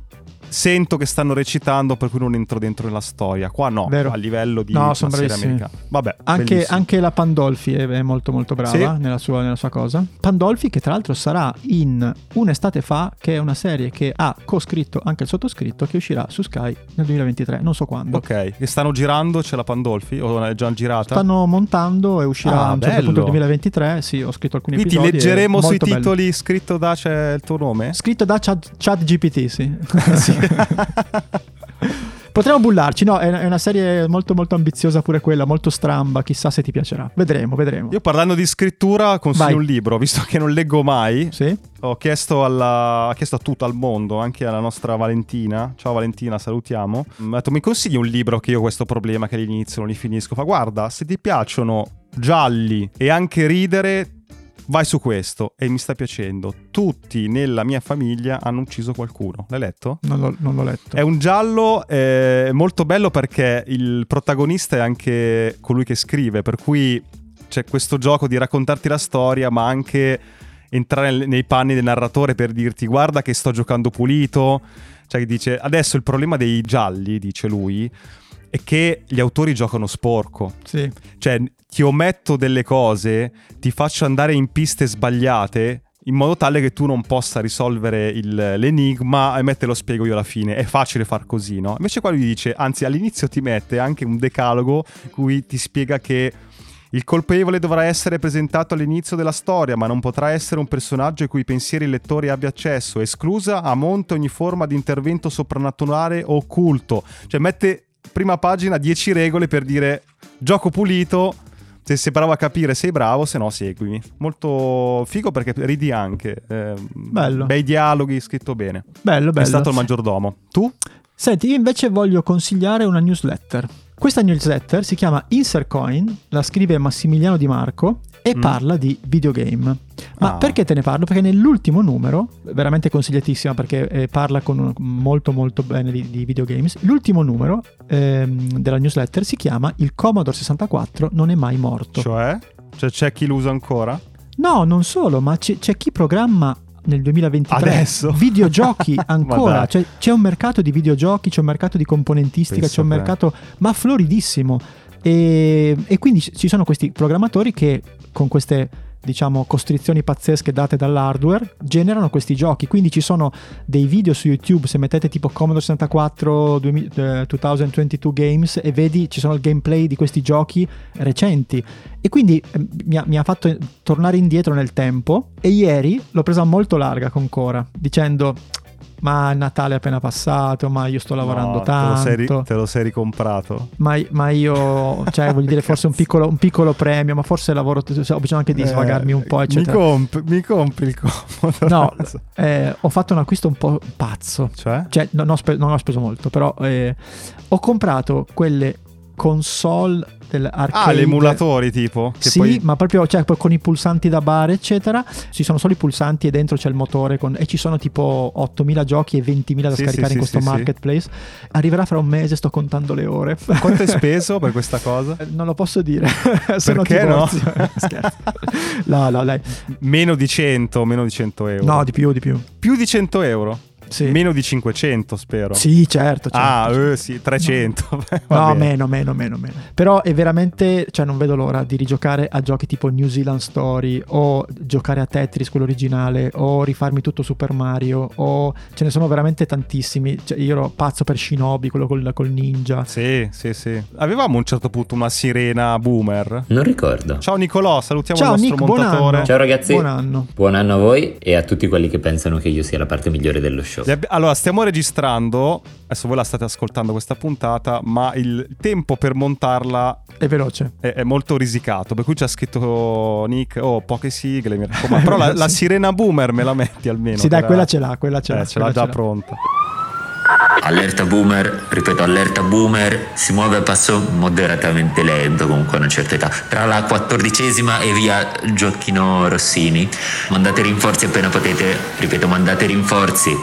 S1: sento che stanno recitando, per cui non entro dentro nella storia. Qua no,
S2: Vero.
S1: a livello di
S2: No,
S1: una
S2: sono
S1: serie
S2: bravissimi.
S1: americana. Vabbè,
S2: Anche,
S1: bellissimo.
S2: anche la Pandolfi è, è molto molto brava
S1: Sì.
S2: nella, sua, nella sua cosa. Pandolfi che tra l'altro sarà in Un'estate fa, che è una serie che ha co-scritto anche il sottoscritto, che uscirà su Sky nel 2023, non so quando.
S1: Ok, e stanno girando, c'è la Pandolfi o è già girata?
S2: Stanno montando e uscirà
S1: Ah,
S2: a un certo punto
S1: bello.
S2: il 2023, sì ho scritto alcuni
S1: Quindi ti
S2: episodi. è
S1: leggeremo sui
S2: molto bello.
S1: titoli scritto da c'è il tuo nome?
S2: Scritto da Chat, GPT, sì.
S1: Eh,
S2: Sì. *laughs* Potremmo bullarci, no, è è una serie molto molto ambiziosa pure quella, molto stramba, chissà se ti piacerà. Vedremo, vedremo.
S1: Io parlando di scrittura consiglio
S2: Vai.
S1: un libro, visto che non leggo mai,
S2: Sì?
S1: ho chiesto, alla- ho chiesto a tutto, al mondo, anche alla nostra Valentina, ciao Valentina, salutiamo, mi ha detto mi consigli un libro che io ho questo problema che all'inizio non li finisco, fa guarda se ti piacciono gialli e anche ridere vai su questo e mi sta piacendo, tutti nella mia famiglia hanno ucciso qualcuno, l'hai letto?
S2: Non l'ho, non l'ho letto.
S1: È un giallo eh, molto bello perché il protagonista è anche colui che scrive, per cui c'è questo gioco di raccontarti la storia, ma anche entrare nel- nei panni del narratore per dirti guarda che sto giocando pulito. Cioè, che dice adesso il problema dei gialli, dice lui, è che gli autori giocano sporco.
S2: Sì.
S1: Cioè, ti ometto delle cose, ti faccio andare in piste sbagliate. in modo tale che tu non possa risolvere il- l'enigma e mette lo spiego io alla fine. È facile far così, no? Invece qua lui dice, anzi all'inizio ti mette anche un decalogo cui ti spiega che il colpevole dovrà essere presentato all'inizio della storia, ma non potrà essere un personaggio ai cui pensieri il lettore abbia accesso, esclusa a monte ogni forma di intervento soprannaturale o occulto. Cioè mette prima pagina 10 regole per dire gioco pulito, se sei bravo a capire sei bravo, se no seguimi. Molto figo perché ridi anche. eh,
S2: Bello.
S1: Bei dialoghi, scritto bene.
S2: Bello, bello.
S1: È stato il maggiordomo. Tu?
S2: Senti, io invece voglio consigliare una newsletter. Questa newsletter si chiama Insercoin, la scrive Massimiliano Di Marco e
S1: Mm.
S2: parla di videogame. Ma
S1: Ah.
S2: perché te ne parlo? Perché nell'ultimo numero, veramente consigliatissima perché eh, parla con molto molto bene di, di videogames, l'ultimo numero ehm, della newsletter si chiama Il Commodore 64 non è mai morto.
S1: Cioè? Cioè c'è chi lo usa ancora?
S2: No, non solo, ma c'è, c'è chi programma nel 2023
S1: Adesso?
S2: *laughs* videogiochi
S1: Ma
S2: ancora.
S1: dai.
S2: Cioè, c'è un mercato di videogiochi, c'è un mercato di componentistica,
S1: Pensa
S2: c'è un
S1: a te.
S2: mercato ma floridissimo. E, e quindi ci ci sono questi programmatori che con queste diciamo costrizioni pazzesche date dall'hardware generano questi giochi quindi ci sono dei video su youtube se mettete tipo Commodore 64 2000, eh, 2022 games e vedi ci sono il gameplay di questi giochi recenti e quindi eh, mi ha, mi ha fatto tornare indietro nel tempo e ieri l'ho presa molto larga con Cora dicendo ma Natale è appena passato ma io sto lavorando
S1: No,
S2: tanto
S1: Te lo, sei ri- te lo sei ricomprato.
S2: ma, ma io, cioè, voglio dire, forse un piccolo, un piccolo premio, ma forse lavoro, cioè, ho bisogno anche di
S1: Eh,
S2: svagarmi un po', eccetera.
S1: Mi, comp- mi compri il comodo. *laughs*
S2: No, eh, ho fatto un acquisto un po' pazzo.
S1: Cioè?
S2: Cioè, non ho, spe- non ho speso molto, però eh, ho comprato quelle console dell'arcade.
S1: Ah, gli emulatori tipo. Che
S2: sì,
S1: poi...
S2: ma proprio cioè, poi con i pulsanti da bar, eccetera. Ci sono solo i pulsanti e dentro c'è il motore con- e ci sono tipo 8.000 giochi e 20.000 da
S1: Sì,
S2: scaricare
S1: sì,
S2: in
S1: sì,
S2: questo
S1: sì, sì.
S2: marketplace. Arriverà fra un mese, sto contando le ore.
S1: Quanto hai speso per questa cosa?
S2: *laughs* Non lo posso dire. *laughs* Sono
S1: Perché no?
S2: divorzio. *laughs* Scherzo. No, no, dai.
S1: Meno di 100, meno di 100 *laughs* euro.
S2: No, di più, di più.
S1: Più di 100 euro.
S2: Sì,
S1: Meno di 500, spero.
S2: sì certo. certo.
S1: Ah, eh, sì, 300. *laughs* Va
S2: No,
S1: bene.
S2: meno, meno, meno, meno. Però è veramente, cioè non vedo l'ora di rigiocare a giochi tipo New Zealand Story o giocare a Tetris, quello originale, o rifarmi tutto Super Mario, o ce ne sono veramente tantissimi. Cioè, io ero pazzo per Shinobi, quello col, col ninja.
S1: Sì, sì, sì. Avevamo a un certo punto una sirena boomer.
S4: Non ricordo.
S1: Ciao Nicolò, salutiamo
S2: Ciao,
S1: il nostro
S2: Nick, buon
S1: montatore.
S2: anno.
S4: Ciao ragazzi.
S2: Buon anno.
S4: Buon anno a voi e a tutti quelli che pensano che io sia la parte migliore dello show.
S1: Li abbi- Allora, stiamo registrando. Adesso voi la state ascoltando questa puntata, ma il tempo per montarla
S2: È veloce.
S1: è, è molto risicato. Per cui c'ha scritto Nick, oh, poche sigle, mi raccomando. Però
S2: *laughs*
S1: la, la
S2: Sì.
S1: sirena boomer me la metti almeno.
S2: sì, dai,
S1: che
S2: quella
S1: era-
S2: ce l'ha, quella ce l'ha.
S1: Eh, ce l'ha
S2: quella
S1: già
S2: ce
S1: pronta.
S7: Allerta boomer, ripeto allerta boomer, si muove a passo moderatamente lento comunque a una certa età, tra la quattordicesima e via Gioacchino Rossini. Mandate rinforzi appena potete, ripeto mandate rinforzi.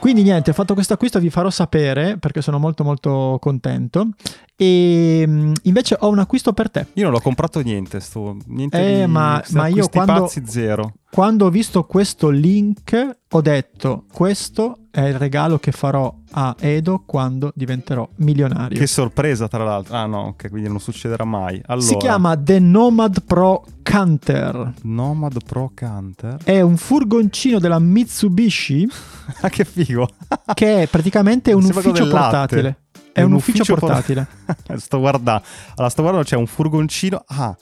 S2: Quindi niente, ho fatto questo acquisto, vi farò sapere perché sono molto molto contento. E mm, invece ho un acquisto per te.
S1: Io non l'ho comprato niente, sto, niente
S2: Eh,
S1: di-
S2: ma,
S1: sti
S2: ma io
S1: acquisti
S2: quando,
S1: Cioè, pazzi zero.
S2: quando ho visto questo link ho detto questo è il regalo che farò a Edo quando diventerò milionario.
S1: Che sorpresa, tra l'altro. Ah no, ok, quindi non succederà mai. Allora,
S2: Si chiama The Nomad Pro Canter.
S1: Nomad Pro Canter.
S2: È un furgoncino della Mitsubishi
S1: *laughs* Ah, che figo.
S2: che
S1: *laughs*
S2: è praticamente un
S1: Sembra
S2: ufficio
S1: del latte.
S2: portatile. È un, ufficio,
S1: por-
S2: portatile.
S1: *laughs* sto guardando. Allora, sto guardando, c'è un furgoncino. Ah,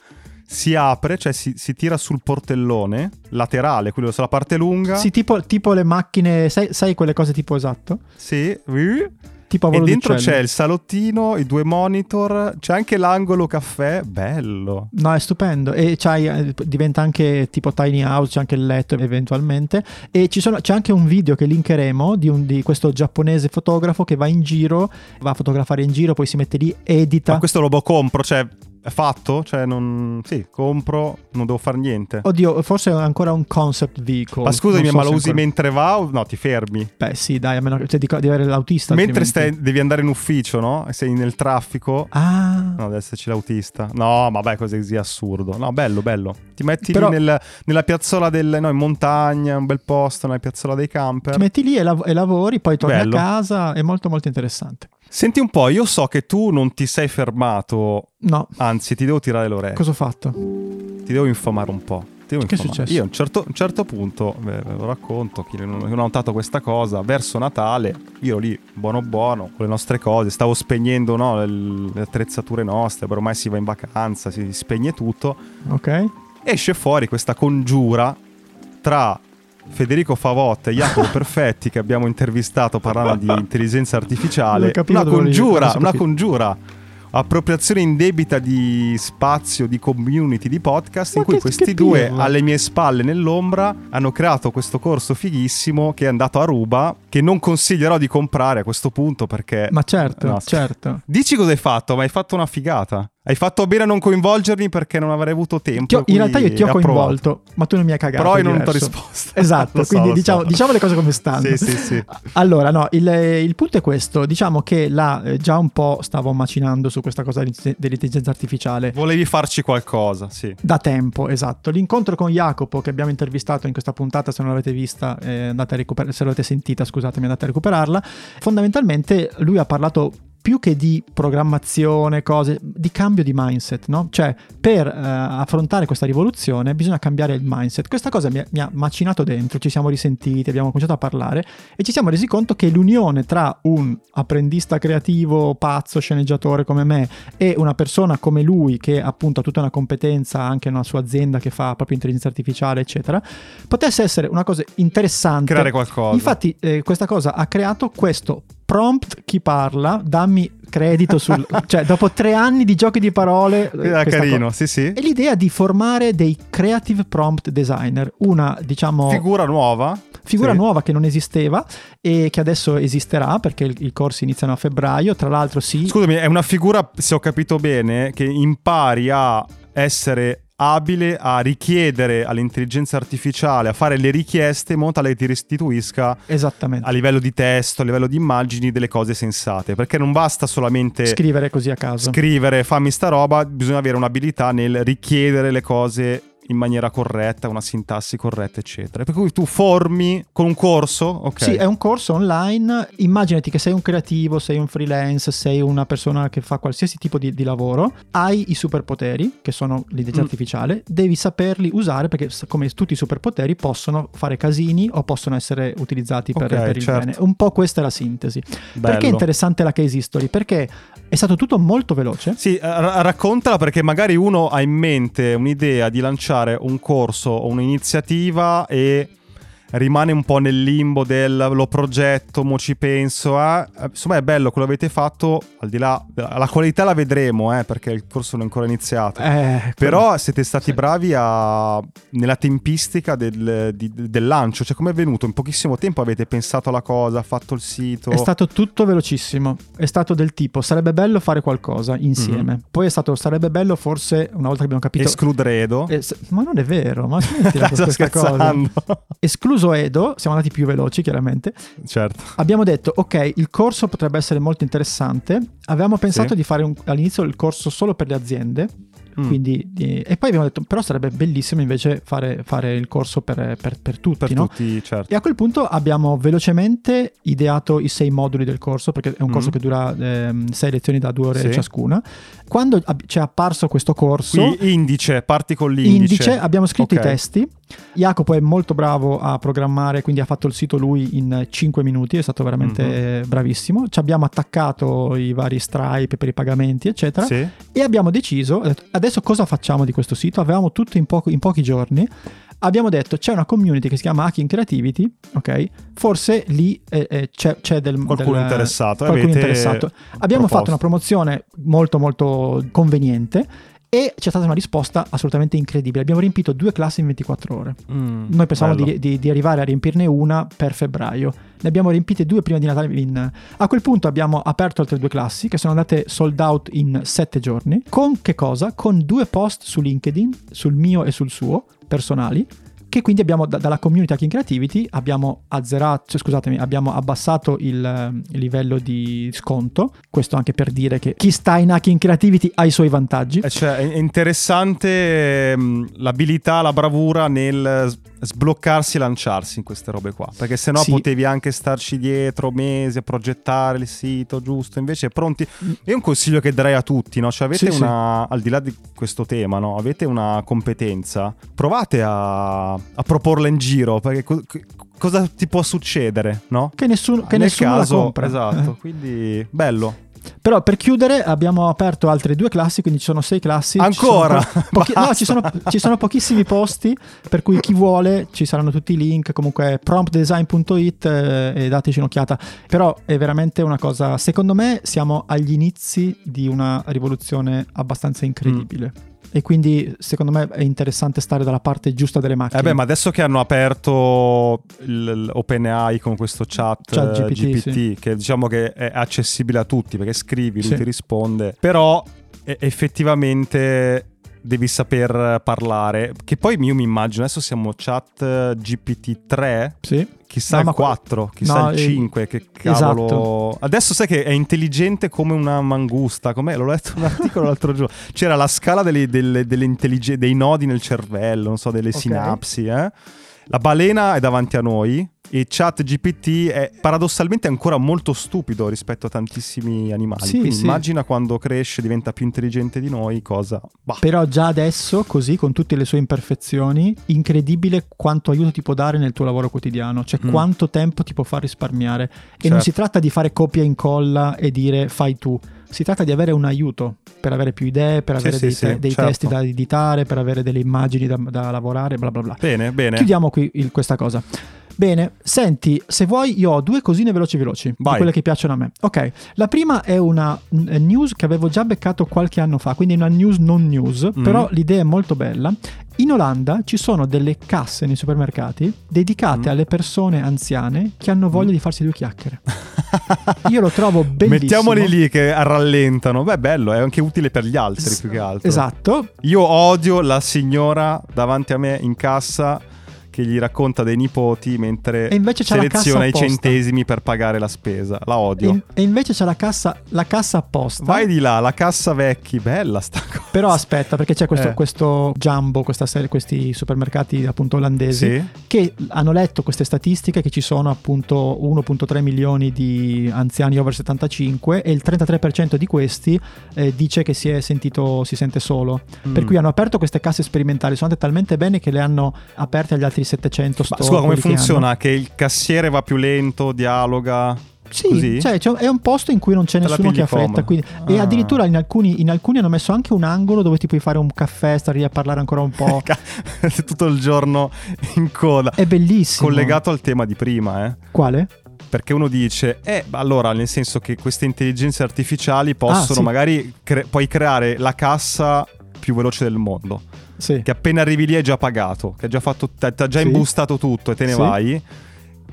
S1: si apre, cioè si, si tira sul portellone laterale, quello sulla parte lunga.
S2: Sì, tipo, tipo le macchine, sai, sai quelle cose tipo esatto?
S1: Sì. E
S2: Tipo a volo
S1: dentro
S2: d'uccello.
S1: c'è il salottino, i due monitor, c'è anche l'angolo caffè. Bello.
S2: No, è stupendo. E c'hai, eh, diventa anche tipo tiny house, c'è anche il letto eventualmente. E ci sono- c'è anche un video che linkeremo di, un- di questo giapponese fotografo che va in giro, va a fotografare in giro, poi si mette lì, edita.
S1: Ma questo lo compro, cioè è fatto? Cioè non... Sì, compro, non devo fare niente.
S2: Oddio, forse è ancora un concept vehicle.
S1: Ma scusami,
S2: Oh, Non so
S1: ma
S2: se
S1: lo usi
S2: ancora-
S1: mentre va o no? Ti fermi?
S2: Beh, sì, dai, a meno che cioè, di, di avere l'autista.
S1: Mentre
S2: altrimenti-
S1: stai, devi andare in ufficio, no? Sei nel traffico.
S2: Ah,
S1: No, deve esserci l'autista. No, vabbè, così è assurdo. No, bello, bello. Ti metti
S2: Però-
S1: lì nel- nella piazzola del... No, in montagna, un bel posto, nella piazzola dei camper.
S2: ti metti lì e, lav- e lavori, poi torni
S1: Bello.
S2: a casa. È molto, molto interessante.
S1: Senti un po', io so che tu non ti sei fermato,
S2: No,
S1: Eh. anzi ti devo tirare le orecchie,
S2: cosa ho fatto?
S1: ti devo infamare un po'. Ti infatti. Io,
S2: Che è
S1: insomma,
S2: successo?
S1: Io a un certo, un certo punto, ve ve lo racconto, chi non non ha notato questa cosa, verso Natale, io lì, buono buono, con le nostre cose, stavo spegnendo no, le, le attrezzature nostre, però ormai si va in vacanza, si spegne tutto, Eh.
S2: Ok?
S1: esce fuori questa congiura tra Federico Favotte e
S2: *laughs*
S1: Jacopo Perfetti che abbiamo intervistato parlando di intelligenza
S2: Non
S1: artificiale.
S2: capivo
S1: Una
S2: dove volevi-
S1: congiura,
S2: adesso
S1: una
S2: capisco.
S1: congiura. Appropriazione indebita di spazio, di community, di podcast,
S2: Ma
S1: in cui
S2: che-
S1: questi
S2: che
S1: due
S2: pirla.
S1: alle mie spalle nell'ombra hanno creato questo corso fighissimo che è andato a ruba, che non consiglierò di comprare a questo punto perché...
S2: Ma certo,
S1: No,
S2: certo.
S1: Dici cosa hai fatto, ma hai fatto una figata. Hai fatto bene a non coinvolgermi perché non avrei avuto tempo.
S2: Ti ho- in
S1: quindi
S2: realtà io ti ho
S1: ha provato.
S2: coinvolto, ma tu non mi hai cagato.
S1: Però
S2: è
S1: io non ti ho
S2: diverso.
S1: risposto.
S2: *laughs* Esatto,
S1: *laughs* Lo so,
S2: quindi
S1: lo so.
S2: diciamo, diciamo le cose come stanno.
S1: Sì, sì, sì.
S2: *laughs* Allora, no, il, il punto è questo. Diciamo che là eh, già un po' stavo macinando su questa cosa di- dell'intelligenza artificiale.
S1: Volevi farci qualcosa, sì.
S2: Da tempo, esatto. L'incontro con Jacopo che abbiamo intervistato in questa puntata, se non l'avete vista, eh, andate a recuper- se l'avete sentita, scusatemi, andate a recuperarla. Fondamentalmente lui ha parlato più che di programmazione, cose, di cambio di mindset, no? Cioè, per eh, affrontare questa rivoluzione bisogna cambiare il mindset. Questa cosa mi, ha- mi ha macinato dentro, ci siamo risentiti, abbiamo cominciato a parlare e ci siamo resi conto che l'unione tra un apprendista creativo, pazzo, sceneggiatore come me e una persona come lui che appunto ha tutta una competenza anche nella sua azienda che fa proprio intelligenza artificiale eccetera potesse essere una cosa interessante
S1: Creare qualcosa.
S2: infatti eh, questa cosa ha creato questo prompt chi parla dammi credito
S1: *laughs*
S2: sul cioè dopo tre anni di giochi di parole eh,
S1: era
S2: questa
S1: Ah, carino,
S2: cosa.
S1: sì, sì.
S2: è l'idea di formare dei creative prompt designer una diciamo
S1: Figura nuova.
S2: figura
S1: Sì.
S2: nuova che non esisteva e che adesso esisterà perché il- i corsi iniziano a febbraio tra l'altro sì
S1: Scusami, è una figura, se ho capito bene, che impari a essere abile a richiedere all'intelligenza artificiale, a fare le richieste in modo tale che ti restituisca
S2: esattamente
S1: a livello di testo, a livello di immagini, delle cose sensate. Perché non basta solamente
S2: scrivere così a caso
S1: scrivere fammi sta roba, bisogna avere un'abilità nel richiedere le cose in maniera corretta, una sintassi corretta, eccetera. Per cui tu formi con un corso, ok?
S2: Sì, è un corso online. Immaginati che sei un creativo, sei un freelance, sei una persona che fa qualsiasi tipo di, di lavoro. Hai i superpoteri, che sono l'intelligenza
S1: Mm.
S2: artificiale, devi saperli usare perché, s- come tutti i superpoteri, possono fare casini o possono essere utilizzati per,
S1: Ok,
S2: per il
S1: certo.
S2: bene. Un po' questa è la sintesi.
S1: Bello.
S2: Perché è interessante la case history? Perché è stato tutto molto veloce.
S1: Sì, eh, ra- raccontala perché magari uno ha in mente un'idea di lanciare un corso o un'iniziativa e rimane un po' nel limbo del lo progetto, mo ci penso. eh. Insomma, è bello quello che avete fatto, al di là la qualità la vedremo, eh, perché il corso non è ancora iniziato.
S2: Eh,
S1: Però siete stati
S2: Sì.
S1: bravi a- nella tempistica del, di- del lancio, cioè come è venuto? In pochissimo tempo avete pensato alla cosa, fatto il sito.
S2: È stato tutto velocissimo. È stato del tipo: sarebbe bello fare qualcosa insieme.
S1: Mm-hmm.
S2: Poi è stato: sarebbe bello, forse, una volta che abbiamo capito.
S1: Escludere Edo.
S2: Eh, s- ma non è vero,
S1: *laughs*
S2: ma smettila con
S1: Sto
S2: questa cosa.
S1: scherzando. *laughs*
S2: Escluso Edo, siamo andati più veloci chiaramente.
S1: certo.
S2: Abbiamo detto, ok, il corso potrebbe essere molto interessante. Avevamo pensato di fare un- all'inizio il corso solo per le aziende.
S1: Mm.
S2: Quindi, eh, e poi abbiamo detto, però sarebbe bellissimo invece fare, fare il corso per, per- per tutti,
S1: Per
S2: no?
S1: tutti, certo.
S2: E a quel punto abbiamo velocemente ideato i sei moduli del corso, perché è un
S1: Mm.
S2: corso che dura ehm, sei lezioni da due ore
S1: Sì.
S2: ciascuna. Quando ab- ci è apparso questo corso,
S1: Qui indice, parti con l'indice.
S2: indice, abbiamo scritto
S1: Ok.
S2: i testi. Jacopo è molto bravo a programmare, quindi ha fatto il sito lui in 5 minuti, è stato veramente
S1: Mm-hmm.
S2: eh, bravissimo. Ci abbiamo attaccato i vari Stripe per i pagamenti, eccetera.
S1: Sì.
S2: E abbiamo deciso, ho detto, adesso cosa facciamo di questo sito? Avevamo tutto in, poco- in pochi giorni. Abbiamo detto c'è una community che si chiama Hacking Creativity, ok? Forse lì eh, eh, c'è, c'è del,
S1: Qualcuno
S2: del-
S1: interessato,
S2: qualcuno
S1: avete
S2: interessato. Abbiamo
S1: proposto.
S2: fatto una promozione molto molto conveniente e c'è stata una risposta assolutamente incredibile. Abbiamo riempito due classi in 24 ore.
S1: Mm,
S2: Noi pensavamo
S1: bello.
S2: di, di- di arrivare a riempirne una per febbraio. Ne abbiamo riempite due prima di Natale. in- A quel punto abbiamo aperto altre due classi che sono andate sold out in sette giorni. Con che cosa? Con due post su LinkedIn, sul mio e sul suo, personali. Che quindi abbiamo da- dalla community Hacking Creativity abbiamo azzerato, cioè, scusatemi, abbiamo abbassato il, eh, il livello di sconto. Questo anche per dire che chi sta in Hacking Creativity ha i suoi vantaggi.
S1: Eh, cioè, è è interessante ehm, l'abilità, la bravura nel sbloccarsi e lanciarsi in queste robe qua, perché sennò
S2: Sì.
S1: potevi anche starci dietro mesi a progettare il sito giusto, invece pronti. È un consiglio che darei a tutti, no? Cioè avete
S2: Sì,
S1: una, al di là di questo tema, no? Avete una competenza, provate a, a proporla in giro, perché co- co- cosa ti può succedere, no?
S2: Che nessuno, che
S1: Nel
S2: nessuno
S1: caso,
S2: la compra.
S1: Esatto,
S2: *laughs* Eh.
S1: quindi bello.
S2: Però per chiudere abbiamo aperto altre due classi, quindi ci sono sei classi. Ci sono
S1: Ancora?
S2: po- pochi- no,
S1: Basta. *laughs*
S2: ci sono, *laughs* ci sono pochissimi posti, per cui chi vuole ci saranno tutti i link, comunque promptdesign.it eh, e dateci un'occhiata. Però è veramente una cosa, secondo me siamo agli inizi di una rivoluzione abbastanza incredibile.
S1: Mm.
S2: E quindi secondo me è interessante stare dalla parte giusta delle macchine.
S1: Eh beh, ma adesso che hanno aperto il- l'OpenAI con questo chat
S2: Chat
S1: eh,
S2: GPT,
S1: GPT, che diciamo che è accessibile a tutti perché scrivi, lui
S2: Sì.
S1: ti risponde, però eh, effettivamente devi saper parlare, che poi io mi immagino, adesso siamo chat eh, GPT-3,
S2: Sì.
S1: chissà
S2: No,
S1: il
S2: ma-
S1: 4, chissà
S2: no,
S1: il
S2: eh, esatto.
S1: 5, che cavolo... Adesso sai che è intelligente come una mangusta, com'è? L'ho letto un *laughs* articolo l'altro giorno. C'era la scala delle, delle- delle intelligen- dei nodi nel cervello, non so, delle
S2: Ok.
S1: sinapsi, eh? La balena è davanti a noi e chat GPT è paradossalmente ancora molto stupido rispetto a tantissimi animali.
S2: Sì,
S1: Quindi
S2: sì.
S1: immagina quando cresce diventa più intelligente di noi, cosa... Bah.
S2: Però già adesso, così, con tutte le sue imperfezioni, incredibile quanto aiuto ti può dare nel tuo lavoro quotidiano, cioè
S1: Mm.
S2: quanto tempo ti può far risparmiare. E
S1: Certo.
S2: non si tratta di fare copia e incolla e dire fai tu, si tratta di avere un aiuto per avere più idee, per
S1: Sì,
S2: avere
S1: sì,
S2: dei,
S1: sì,
S2: te- dei
S1: certo.
S2: testi da editare, per avere delle immagini da, da lavorare, bla bla bla.
S1: Bene, bene.
S2: Chiudiamo qui il- questa cosa. Bene, senti, se vuoi io ho due cosine veloci veloci, di
S1: Vai.
S2: quelle che piacciono a me. Ok, la prima è una mm, news che avevo già beccato qualche anno fa, quindi una news non news,
S1: Mm.
S2: però l'idea è molto bella. In Olanda ci sono delle casse nei supermercati dedicate
S1: Mm.
S2: alle persone anziane che hanno voglia di farsi due chiacchiere. Io lo trovo bellissimo.
S1: Mettiamoli lì che rallentano. Beh, bello, è anche utile per gli altri
S2: S-
S1: più che altro.
S2: Esatto,
S1: Io odio la signora davanti a me in cassa che gli racconta dei nipoti mentre
S2: E invece c'ha la cassa
S1: seleziona i
S2: apposta.
S1: centesimi per pagare la spesa. La
S2: e,
S1: odio.
S2: e invece c'è la cassa, la cassa apposta.
S1: Vai di là, la cassa vecchi, bella sta cosa.
S2: Però aspetta, perché c'è questo,
S1: Eh.
S2: questo Jumbo, questa serie, questi supermercati appunto olandesi
S1: Sì.
S2: che hanno letto queste statistiche che ci sono appunto 1.3 milioni di anziani over 75 e il 33% di questi eh, dice che si è sentito, si sente solo. Per
S1: Mm.
S2: cui hanno aperto queste casse sperimentali, sono andate talmente bene che le hanno aperte agli altri 700
S1: Ma
S2: store.
S1: scusa, come
S2: quelli che hanno.
S1: funziona? Che il cassiere va più lento, dialoga.
S2: Sì,
S1: Così?
S2: cioè, c'è- è un posto in cui non c'è
S1: Te la
S2: nessuno
S1: pigli
S2: che ha
S1: comoda.
S2: fretta. quindi- E
S1: Ah.
S2: addirittura in alcuni, in alcuni hanno messo anche un angolo dove ti puoi fare un caffè, stare lì a parlare ancora un po'.
S1: Ca- *laughs* Tutto il giorno in coda.
S2: È bellissimo.
S1: Collegato al tema di prima, eh.
S2: Quale?
S1: Perché uno dice, eh, ma allora, nel senso che queste intelligenze artificiali possono
S2: Ah, sì.
S1: magari cre- puoi creare la cassa più veloce del mondo.
S2: Sì.
S1: Che appena arrivi lì hai già pagato, che ha già fatto, ti ha già
S2: Sì.
S1: imbustato tutto e te ne
S2: Sì.
S1: vai.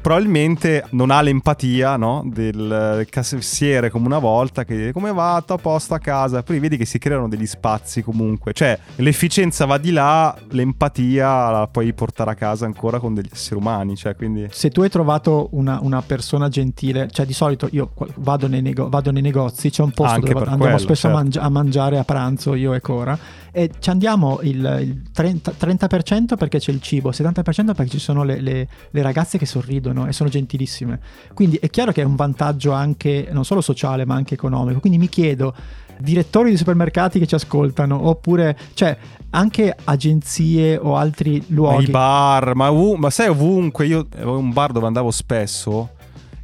S1: Probabilmente non ha l'empatia no? del eh, cassiere come una volta che come va, tutto a posto a casa, poi vedi che si creano degli spazi comunque, cioè l'efficienza va di là, l'empatia la puoi portare a casa ancora con degli esseri umani, cioè quindi...
S2: Se tu hai trovato una, una persona gentile, cioè di solito io qua- vado nei, nego- vado nei negozi, c'è un posto
S1: Anche
S2: dove
S1: per
S2: andiamo
S1: quello,
S2: spesso a,
S1: certo.
S2: mangi- a mangiare a pranzo io e Cora e ci andiamo il, il 30%, 30% perché c'è il cibo, 70% perché ci sono le, le- le ragazze che sorridono e sono gentilissime. Quindi è chiaro che è un vantaggio anche non solo sociale ma anche economico. Quindi mi chiedo, direttori di supermercati che ci ascoltano oppure cioè, anche agenzie o altri
S1: I
S2: luoghi.
S1: bar, ma, ov- ma sai ovunque, io avevo un bar dove andavo spesso,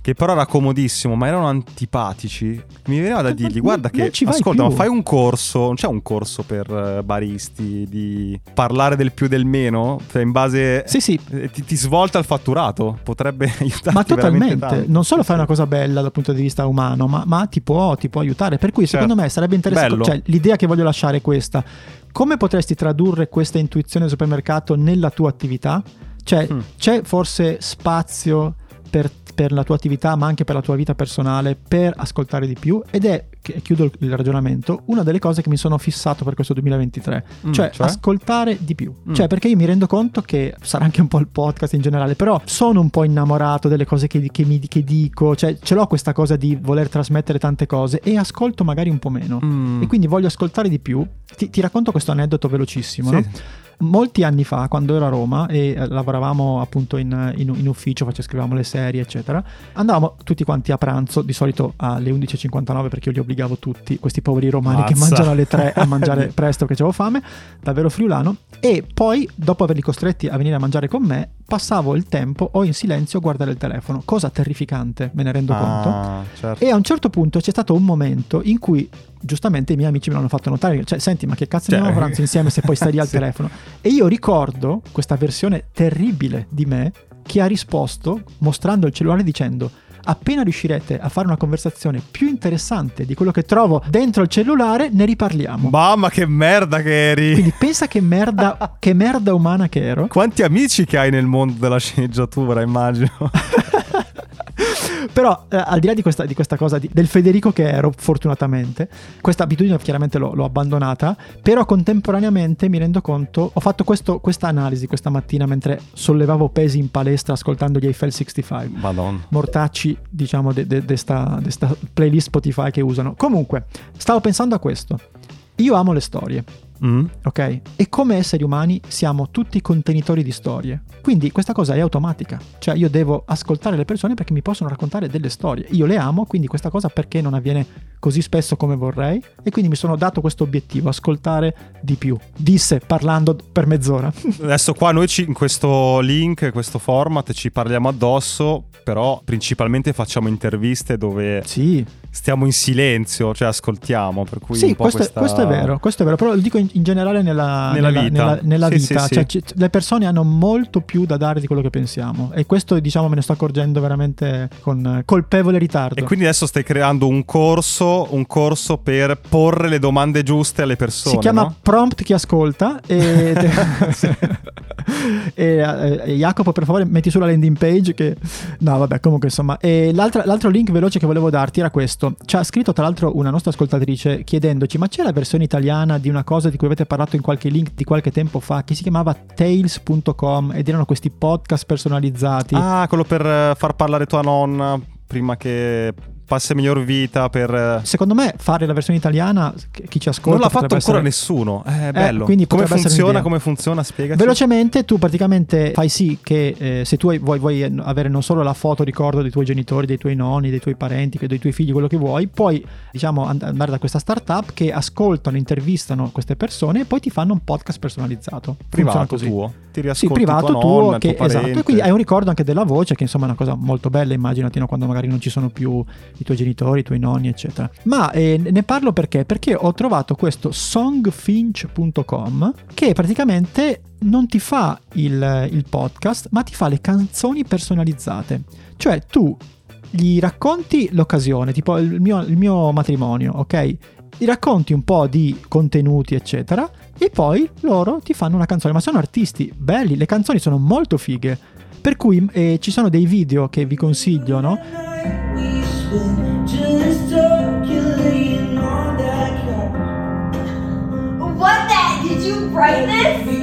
S1: che però era comodissimo, ma erano antipatici. Mi veniva da
S2: Eh, Ma
S1: dirgli,
S2: non-
S1: guarda
S2: non
S1: che,
S2: ci vai
S1: ascolta, ma
S2: più."
S1: fai un corso, non c'è un corso per eh, baristi di parlare del più e del meno, cioè in base...
S2: Sì, sì,
S1: eh, Ti, ti svolta il fatturato, potrebbe *laughs* aiutarti
S2: Ma
S1: veramente
S2: totalmente,
S1: tanto.
S2: non solo fai una cosa bella dal punto di vista umano, ma, ma ti, può, ti può aiutare. Per cui secondo
S1: Certo.
S2: me sarebbe interessante,
S1: Bello.
S2: cioè l'idea che voglio lasciare è questa. Come potresti tradurre questa intuizione del supermercato nella tua attività? Cioè
S1: Mm.
S2: c'è forse spazio per, per la tua attività, ma anche per la tua vita personale, per ascoltare di più? Ed è, che- chiudo il- il ragionamento, una delle cose che mi sono fissato per questo 2023
S1: Mm,
S2: cioè,
S1: cioè?
S2: ascoltare di più.
S1: Mm.
S2: Cioè, perché io mi rendo conto che sarà anche un po' il podcast in generale, però sono un po' innamorato delle cose che, che mi, che dico, cioè ce l'ho questa cosa di voler trasmettere tante cose e ascolto magari un po' meno.
S1: Mm.
S2: E quindi voglio ascoltare di più. Ti, ti racconto questo aneddoto velocissimo.
S1: Sì.
S2: no? molti anni fa, quando ero a Roma e eh, lavoravamo appunto in, in- in ufficio, face- scrivevamo le serie, eccetera, andavamo tutti quanti a pranzo, di solito alle 11.59 perché io li obbligavo tutti, questi poveri romani che
S1: Mazza.
S2: mangiano alle 3
S1: *laughs*
S2: a mangiare presto perché avevo fame, davvero friulano, e poi dopo averli costretti a venire a mangiare con me, passavo il tempo o in silenzio a guardare il telefono, cosa terrificante, me ne rendo conto.
S1: Ah, certo.
S2: E a un certo punto c'è stato un momento in cui giustamente i miei amici me l'hanno fatto notare, cioè senti ma che cazzo
S1: Cioè-
S2: andiamo a pranzo insieme se poi stai lì al
S1: *laughs* Sì.
S2: telefono? E io ricordo questa versione terribile di me che ha risposto mostrando il cellulare dicendo appena riuscirete a fare una conversazione più interessante di quello che trovo dentro il cellulare ne riparliamo.
S1: Mamma che merda che eri!
S2: Quindi pensa che merda, che merda umana che ero.
S1: Quanti amici che hai nel mondo della sceneggiatura,
S2: *laughs*
S1: immagino.
S2: Però eh, al di là di questa, di questa cosa di- del Federico che ero, fortunatamente, questa abitudine chiaramente l'ho, l'ho abbandonata, però contemporaneamente mi rendo conto, ho fatto questo- questa analisi questa mattina mentre sollevavo pesi in palestra ascoltando gli Eiffel 65
S1: Madonna.
S2: mortacci, diciamo, de- de- de sta de sta playlist Spotify che usano. Comunque, stavo pensando a questo. Io amo le storie,
S1: Mm?
S2: ok? E come esseri umani siamo tutti contenitori di storie. Quindi questa cosa è automatica. Cioè io devo ascoltare le persone perché mi possono raccontare delle storie. Io le amo, quindi questa cosa perché non avviene così spesso come vorrei? E quindi mi sono dato questo obiettivo, ascoltare di più. Disse parlando
S1: *laughs*
S2: per mezz'ora.
S1: Adesso qua noi ci- in questo link, questo format ci parliamo addosso, però principalmente facciamo interviste dove
S2: sì,
S1: stiamo in silenzio, cioè ascoltiamo, per cui un
S2: Sì,
S1: po'
S2: questo,
S1: questa-
S2: questo è vero, questo è vero, però lo dico in, in generale nella,
S1: Nella
S2: nella-
S1: vita.
S2: nella- nella
S1: Sì, sì,
S2: vita,
S1: sì.
S2: cioè, ci- le persone hanno molto più da dare di quello che pensiamo e questo diciamo me ne sto accorgendo veramente con eh, colpevole ritardo.
S1: E quindi adesso stai creando un corso, un corso per porre le domande giuste alle persone.
S2: si chiama
S1: no?
S2: Prompt chi ascolta
S1: *laughs*
S2: e, *laughs* e, eh, eh, Jacopo per favore metti sulla landing page che no vabbè comunque insomma e l'altra- l'altro link veloce che volevo darti era questo ci ha scritto tra l'altro una nostra ascoltatrice chiedendoci ma c'è la versione italiana di una cosa di cui avete parlato in qualche link di qualche tempo fa che si chiamava tales.com ed erano questi podcast personalizzati
S1: Ah, quello per eh, far parlare tua nonna prima che passi a miglior vita per... eh,
S2: secondo me fare la versione italiana ch- chi ci ascolta
S1: Non l'ha fatto
S2: potrebbe
S1: ancora
S2: essere- Eh,
S1: nessuno, è bello.
S2: quindi
S1: come
S2: potrebbe essere
S1: funziona,
S2: un'idea.
S1: come funziona, spiegaci.
S2: Velocemente tu praticamente fai sì che eh, se tu hai- vuoi, vuoi avere non solo la foto ricordo dei tuoi genitori, dei tuoi nonni, dei tuoi parenti, dei tuoi figli, quello che vuoi, puoi diciamo and- andare da questa startup che ascoltano, intervistano queste persone e poi ti fanno un podcast personalizzato.
S1: privato
S2: Funziona così.
S1: tuo. Ti
S2: Sì,
S1: riascolti
S2: privato
S1: tua
S2: tuo,
S1: nonna,
S2: che,
S1: tuo
S2: esatto,
S1: parente.
S2: e quindi hai un ricordo anche della voce, che insomma è una cosa molto bella, immaginati no, quando magari non ci sono più i tuoi genitori, i tuoi nonni, eccetera. Ma eh, ne parlo perché? Perché ho trovato questo songfinch.com che praticamente non ti fa il, il podcast, ma ti fa le canzoni personalizzate. Cioè tu gli racconti l'occasione, tipo il mio, il mio matrimonio, ok? Gli racconti un po' di contenuti, eccetera, e poi loro ti fanno una canzone. Ma sono artisti belli, le canzoni sono molto fighe. Per cui eh, ci sono dei video che vi consiglio, no?
S8: What the heck? Did you write this?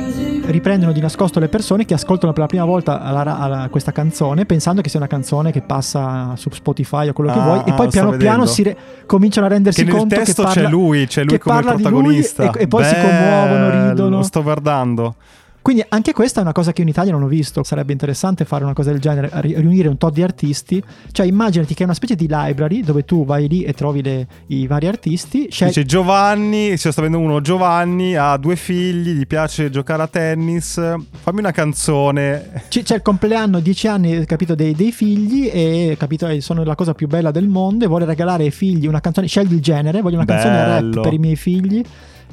S2: Riprendono di nascosto le persone che ascoltano per la prima volta alla ra- alla- questa canzone pensando che sia una canzone che passa su Spotify o quello che
S1: Ah,
S2: vuoi e
S1: ah,
S2: poi
S1: lo
S2: piano
S1: sto
S2: piano
S1: vedendo.
S2: si re- cominciano a rendersi
S1: Che nel
S2: conto
S1: testo
S2: che parla
S1: c'è lui, c'è lui
S2: che
S1: come
S2: parla di lui
S1: protagonista.
S2: e- e poi si
S1: Bello,
S2: commuovono, ridono.
S1: Sto guardando.
S2: Quindi anche questa è una cosa che in Italia non ho visto. Sarebbe interessante fare una cosa del genere, ri- riunire un tot di artisti. Cioè, immaginati che è una specie di library dove tu vai lì e trovi le- i vari artisti. Scegli-
S1: Dice Giovanni, se sto avendo uno, Giovanni ha due figli, gli piace giocare a tennis, fammi una canzone.
S2: c- c'è il compleanno, 10 anni, capito, dei, dei figli e capito, eh, sono la cosa più bella del mondo e vuole regalare ai figli una canzone. Scegli il genere, voglio una canzone
S1: Bello.
S2: rap per i miei figli.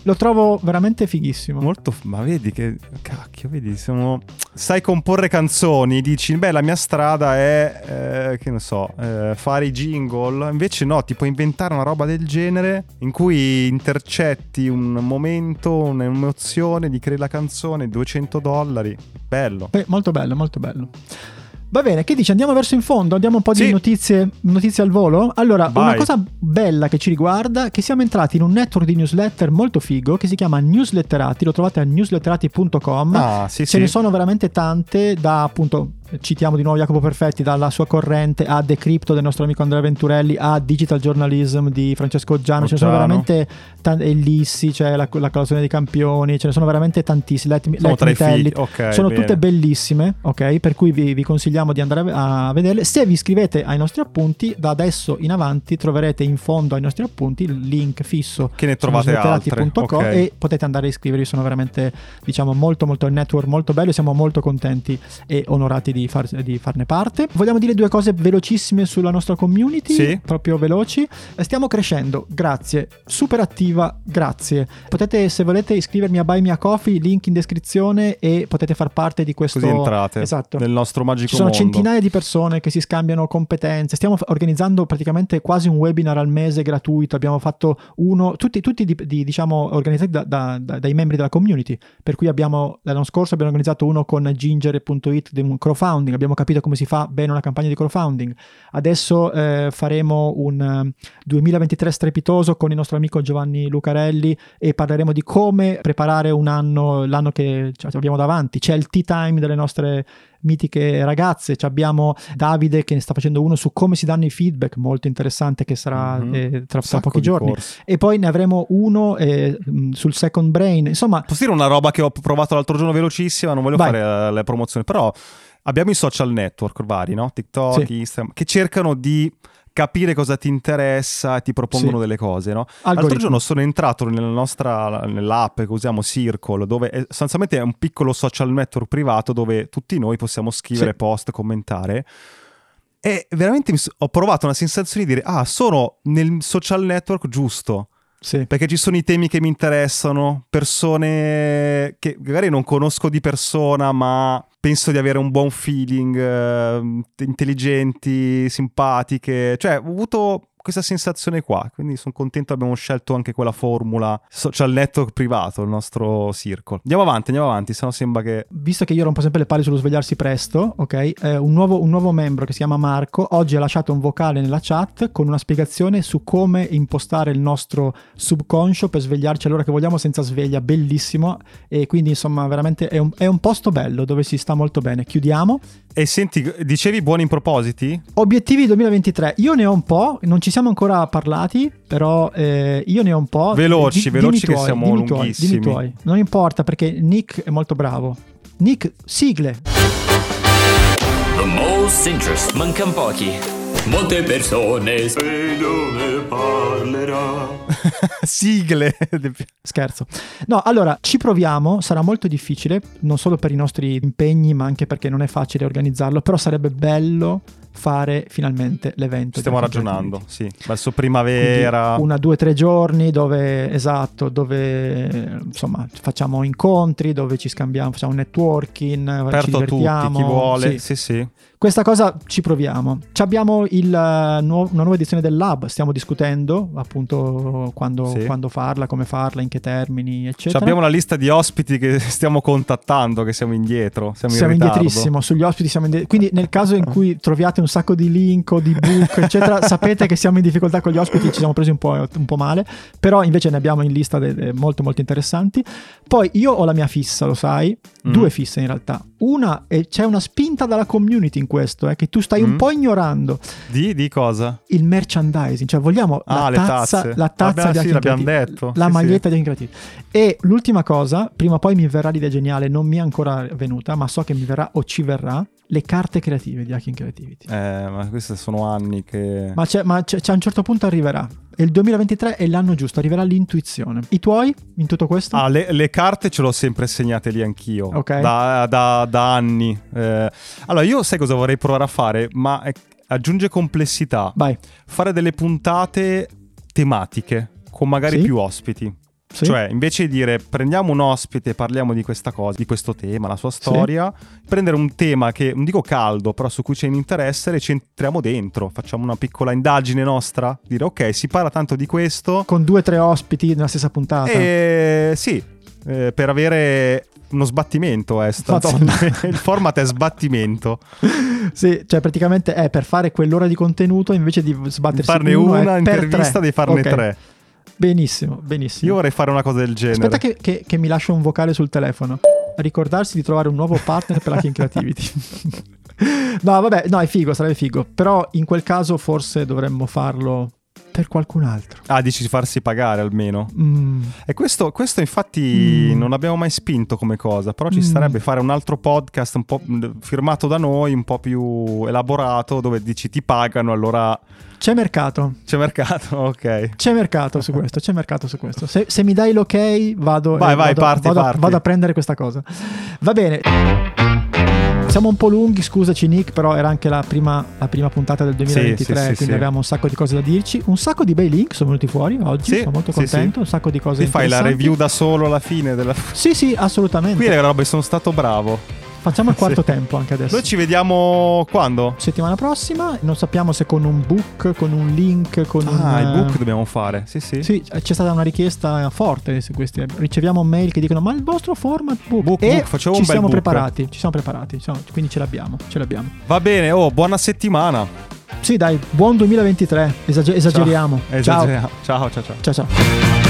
S2: Lo trovo veramente fighissimo.
S1: Molto, f- ma vedi che cacchio, vedi, sono sai comporre canzoni, dici "Beh, la mia strada è eh, che non so, eh, fare i jingle". Invece no, ti puoi inventare una roba del genere in cui intercetti un momento, un'emozione, gli crei la canzone, 200 dollari. Bello.
S2: Beh, molto bello, molto bello. Va bene, che dici? Andiamo verso in fondo, andiamo un po' di
S1: Sì.
S2: notizie, notizie al volo. Allora,
S1: Vai.
S2: una cosa bella che ci riguarda è che siamo entrati in un network di newsletter molto figo che si chiama Newsletterati, lo trovate a newsletterati.com.
S1: Ah, sì,
S2: Ce
S1: sì.
S2: ne sono veramente tante da appunto citiamo di nuovo Jacopo Perfetti, dalla sua corrente a Decrypto del nostro amico Andrea Venturelli, a Digital Journalism di Francesco Giano, ce ne sono
S1: Giano.
S2: veramente tanti, e Lissi, c'è la, la colazione dei campioni, ce ne sono veramente tantissimi, Let, Me-
S1: Sono
S2: Let
S1: tra
S2: Me
S1: i
S2: Tell
S1: figli.
S2: It.
S1: Ok,
S2: sono
S1: bene.
S2: tutte bellissime, ok? Per cui vi, vi consigliamo di andare a, a vederle. Se vi iscrivete ai nostri appunti, da adesso in avanti troverete in fondo ai nostri appunti il link fisso
S1: Che ne
S2: su
S1: trovate altre.
S2: smetterati.co
S1: ok.
S2: e potete andare a iscrivervi, sono veramente diciamo molto molto il network molto bello, siamo molto contenti e onorati di, far- di farne parte. Vogliamo dire due cose velocissime sulla nostra community,
S1: Sì.
S2: proprio veloci. Eh, Stiamo crescendo, grazie, super attiva, grazie. Potete se volete iscrivermi a Buy Me a Coffee, link in descrizione e potete far parte di questo
S1: Così entrate
S2: Esatto.
S1: nel nostro magico
S2: Ci sono
S1: mondo.
S2: centinaia di persone che si scambiano competenze. Stiamo f- organizzando praticamente quasi un webinar al mese gratuito. Abbiamo fatto uno, tutti, tutti di- di- diciamo, organizzati da- da- da- dai membri della community. Per cui abbiamo, l'anno scorso abbiamo organizzato uno con ginger.it di un crowdfunding. Abbiamo capito come si fa bene una campagna di crowdfunding. Adesso eh, faremo un eh, 2023 strepitoso con il nostro amico Giovanni Lucarelli e parleremo di come preparare un anno, l'anno che ci- abbiamo davanti. C'è il tea time delle nostre mitiche ragazze. Ci abbiamo Davide che ne sta facendo uno su come si danno i feedback, molto interessante, che sarà
S1: Mhm.
S2: eh, tra- tra,
S1: Un sacco
S2: pochi
S1: di
S2: giorni.
S1: corsi.
S2: E poi ne avremo uno eh, mh, sul second brain. Insomma,
S1: Posso dire una roba che ho provato l'altro giorno velocissima, non voglio
S2: Vai.
S1: fare eh, le promozioni, però abbiamo i social network vari, no? TikTok,
S2: Sì.
S1: Instagram, che cercano di capire cosa ti interessa e ti propongono
S2: Sì.
S1: delle cose, no? L'altro
S2: algoritmo.
S1: giorno sono entrato nella nostra, nell'app che usiamo Circle, dove è- sostanzialmente è un piccolo social network privato dove tutti noi possiamo scrivere
S2: Sì.
S1: post, commentare. E veramente mi so- ho provato una sensazione di dire, ah, sono nel social network giusto.
S2: Sì.
S1: Perché ci sono i temi che mi interessano, persone che magari non conosco di persona, ma penso di avere un buon feeling, ehm, intelligenti, simpatiche. Cioè, ho avuto questa sensazione qua, quindi sono contento abbiamo scelto anche quella formula social network privato, il nostro circle. Andiamo avanti, andiamo avanti, sennò sembra che...
S2: Visto che io rompo sempre le palle sullo svegliarsi presto, ok? eh, un, nuovo, un nuovo membro che si chiama Marco oggi ha lasciato un vocale nella chat con una spiegazione su come impostare il nostro subconscio per svegliarci all'ora che vogliamo senza sveglia, bellissimo. E quindi insomma veramente è un, è un posto bello dove si sta molto bene. Chiudiamo.
S1: E senti, dicevi buoni in propositi? *laughs*
S2: Obiettivi 2023, io ne ho un po', non ci siamo ancora parlati, però eh, io ne ho un po'.
S1: Veloci,
S2: Di-
S1: veloci
S2: dimmi
S1: che
S2: tuoi,
S1: siamo
S2: dimmi tuoi,
S1: lunghissimi.
S2: dimmi tuoi. Non importa perché Nick è molto bravo. Nick, sigle.
S9: The most interest. Mancan pochi. Molte persone.
S1: Sigle! *laughs*
S2: Scherzo. No, allora ci proviamo, sarà molto difficile, non solo per i nostri impegni, ma anche perché non è facile organizzarlo, però sarebbe bello fare finalmente l'evento.
S1: Stiamo
S2: della
S1: ragionando,
S2: Community.
S1: sì. Verso
S2: Quindi
S1: primavera...
S2: Una, due, tre giorni dove, esatto, dove eh, insomma facciamo incontri, dove ci scambiamo, facciamo networking, ci
S1: Aperto a tutti,
S2: divertiamo.
S1: chi vuole.
S2: Sì.
S1: Sì, sì.
S2: Questa cosa ci proviamo. Ci abbiamo il, eh, nuo- una nuova edizione del Lab, stiamo discutendo appunto quando,
S1: Sì.
S2: quando farla, come farla, in che termini,
S1: Cioè,
S2: eccetera.
S1: abbiamo la lista di ospiti che *laughs* stiamo contattando, che siamo indietro. Siamo,
S2: siamo
S1: in ritardo.
S2: indietrissimo sugli ospiti siamo indie- quindi nel caso in cui troviate un sacco di link o di book
S1: *laughs*
S2: eccetera sapete che siamo in difficoltà con gli ospiti ci siamo presi un po', un po' male però invece ne abbiamo in lista de- de- molto molto interessanti poi io ho la mia fissa lo sai
S1: Mm.
S2: due fisse in realtà una e c'è una spinta dalla community in questo eh, che tu stai un
S1: Mm.
S2: po' ignorando
S1: Di, di cosa?
S2: il merchandising, cioè vogliamo
S1: Ah, le
S2: la, tazza,
S1: tazze.
S2: la tazza
S1: Vabbè,
S2: di
S1: sì,
S2: Hacking
S1: l'abbiamo
S2: Creative,
S1: detto.
S2: la
S1: Sì,
S2: maglietta di Hacking Creative. E l'ultima cosa, prima o poi mi verrà l'idea geniale, non mi è ancora venuta, ma so che mi verrà o ci verrà, le carte creative di Hacking Creativity.
S1: Eh, ma questi sono anni che.
S2: Ma, c'è, ma c'è- c'è- a un certo punto arriverà. E il 2023 è l'anno giusto, arriverà l'intuizione. I tuoi in tutto questo?
S1: Ah, le, le carte ce l'ho sempre segnate lì anch'io.
S2: Ok.
S1: Da, da- da anni. Eh, allora, io sai cosa vorrei provare a fare, ma eh, aggiunge complessità.
S2: Vai.
S1: Fare delle puntate tematiche con magari
S2: Sì.
S1: più ospiti.
S2: Sì?
S1: Cioè, invece di dire prendiamo un ospite e parliamo di questa cosa, di questo tema, la sua storia, prendere un tema che non dico caldo, però su cui c'è un interesse e ci entriamo dentro, facciamo una piccola indagine nostra, dire ok, si parla tanto di questo
S2: Con due o tre ospiti nella stessa puntata.
S1: e sì, eh, per avere uno sbattimento è stato
S2: Madonna.
S1: *laughs* il format è sbattimento.
S2: Sì, cioè praticamente è per fare quell'ora di contenuto invece di sbattersi
S1: Farne
S2: uno,
S1: una
S2: è per
S1: intervista,
S2: tre.
S1: devi farne
S2: Ok.
S1: tre.
S2: Benissimo, benissimo.
S1: Io vorrei fare una cosa del genere.
S2: Aspetta che, che- che mi lascio un vocale sul telefono. Ricordarsi di trovare un nuovo partner per la King Creativity. *laughs* No, vabbè, no, è figo, sarebbe figo. Però in quel caso forse dovremmo farlo per qualcun altro.
S1: Ah, dici di farsi pagare almeno.
S2: Mm.
S1: E questo, questo infatti
S2: Mm.
S1: non abbiamo mai spinto come cosa, però ci
S2: Mm.
S1: starebbe fare un altro podcast un po' mh, firmato da noi, un po' più elaborato, dove dici ti pagano, allora
S2: C'è mercato.
S1: c'è mercato, *laughs* ok.
S2: C'è mercato su questo, c'è mercato su questo. Se, se mi dai l'ok, vado,
S1: Vai,
S2: eh,
S1: vai,
S2: vado-
S1: parti,
S2: vado a-
S1: parti.
S2: vado a prendere questa cosa. Va bene. Siamo un po' lunghi, scusaci Nick, però era anche la prima, la prima puntata del 2023,
S1: sì, sì,
S2: quindi
S1: sì.
S2: avevamo un sacco di cose da dirci. Un sacco di bei link sono venuti fuori oggi,
S1: Sì,
S2: sono molto
S1: sì,
S2: contento,
S1: sì.
S2: un sacco di cose
S1: Ti fai la
S2: interessanti.
S1: review da solo alla fine della... *laughs*
S2: Sì, sì, assolutamente.
S1: Qui le robe sono stato bravo.
S2: Eh Facciamo il quarto
S1: Sì.
S2: tempo anche adesso.
S1: Noi ci vediamo quando?
S2: Settimana prossima, non sappiamo se con un book, con un link, con un...
S1: Ah, il book
S2: eh,
S1: dobbiamo fare, sì sì.
S2: Sì, c'è stata una richiesta forte su questi. Riceviamo mail che dicono: Ma il vostro format book,
S1: Book,
S2: e
S1: book, facevo
S2: ci
S1: un bel
S2: siamo
S1: book.
S2: preparati. Ci siamo preparati, ci siamo- quindi ce l'abbiamo, ce l'abbiamo.
S1: Va bene, oh, buona settimana.
S2: Sì, dai, buon 2023. Esager- esageriamo.
S1: Esageriamo. Ciao ciao ciao.
S2: ciao ciao. ciao.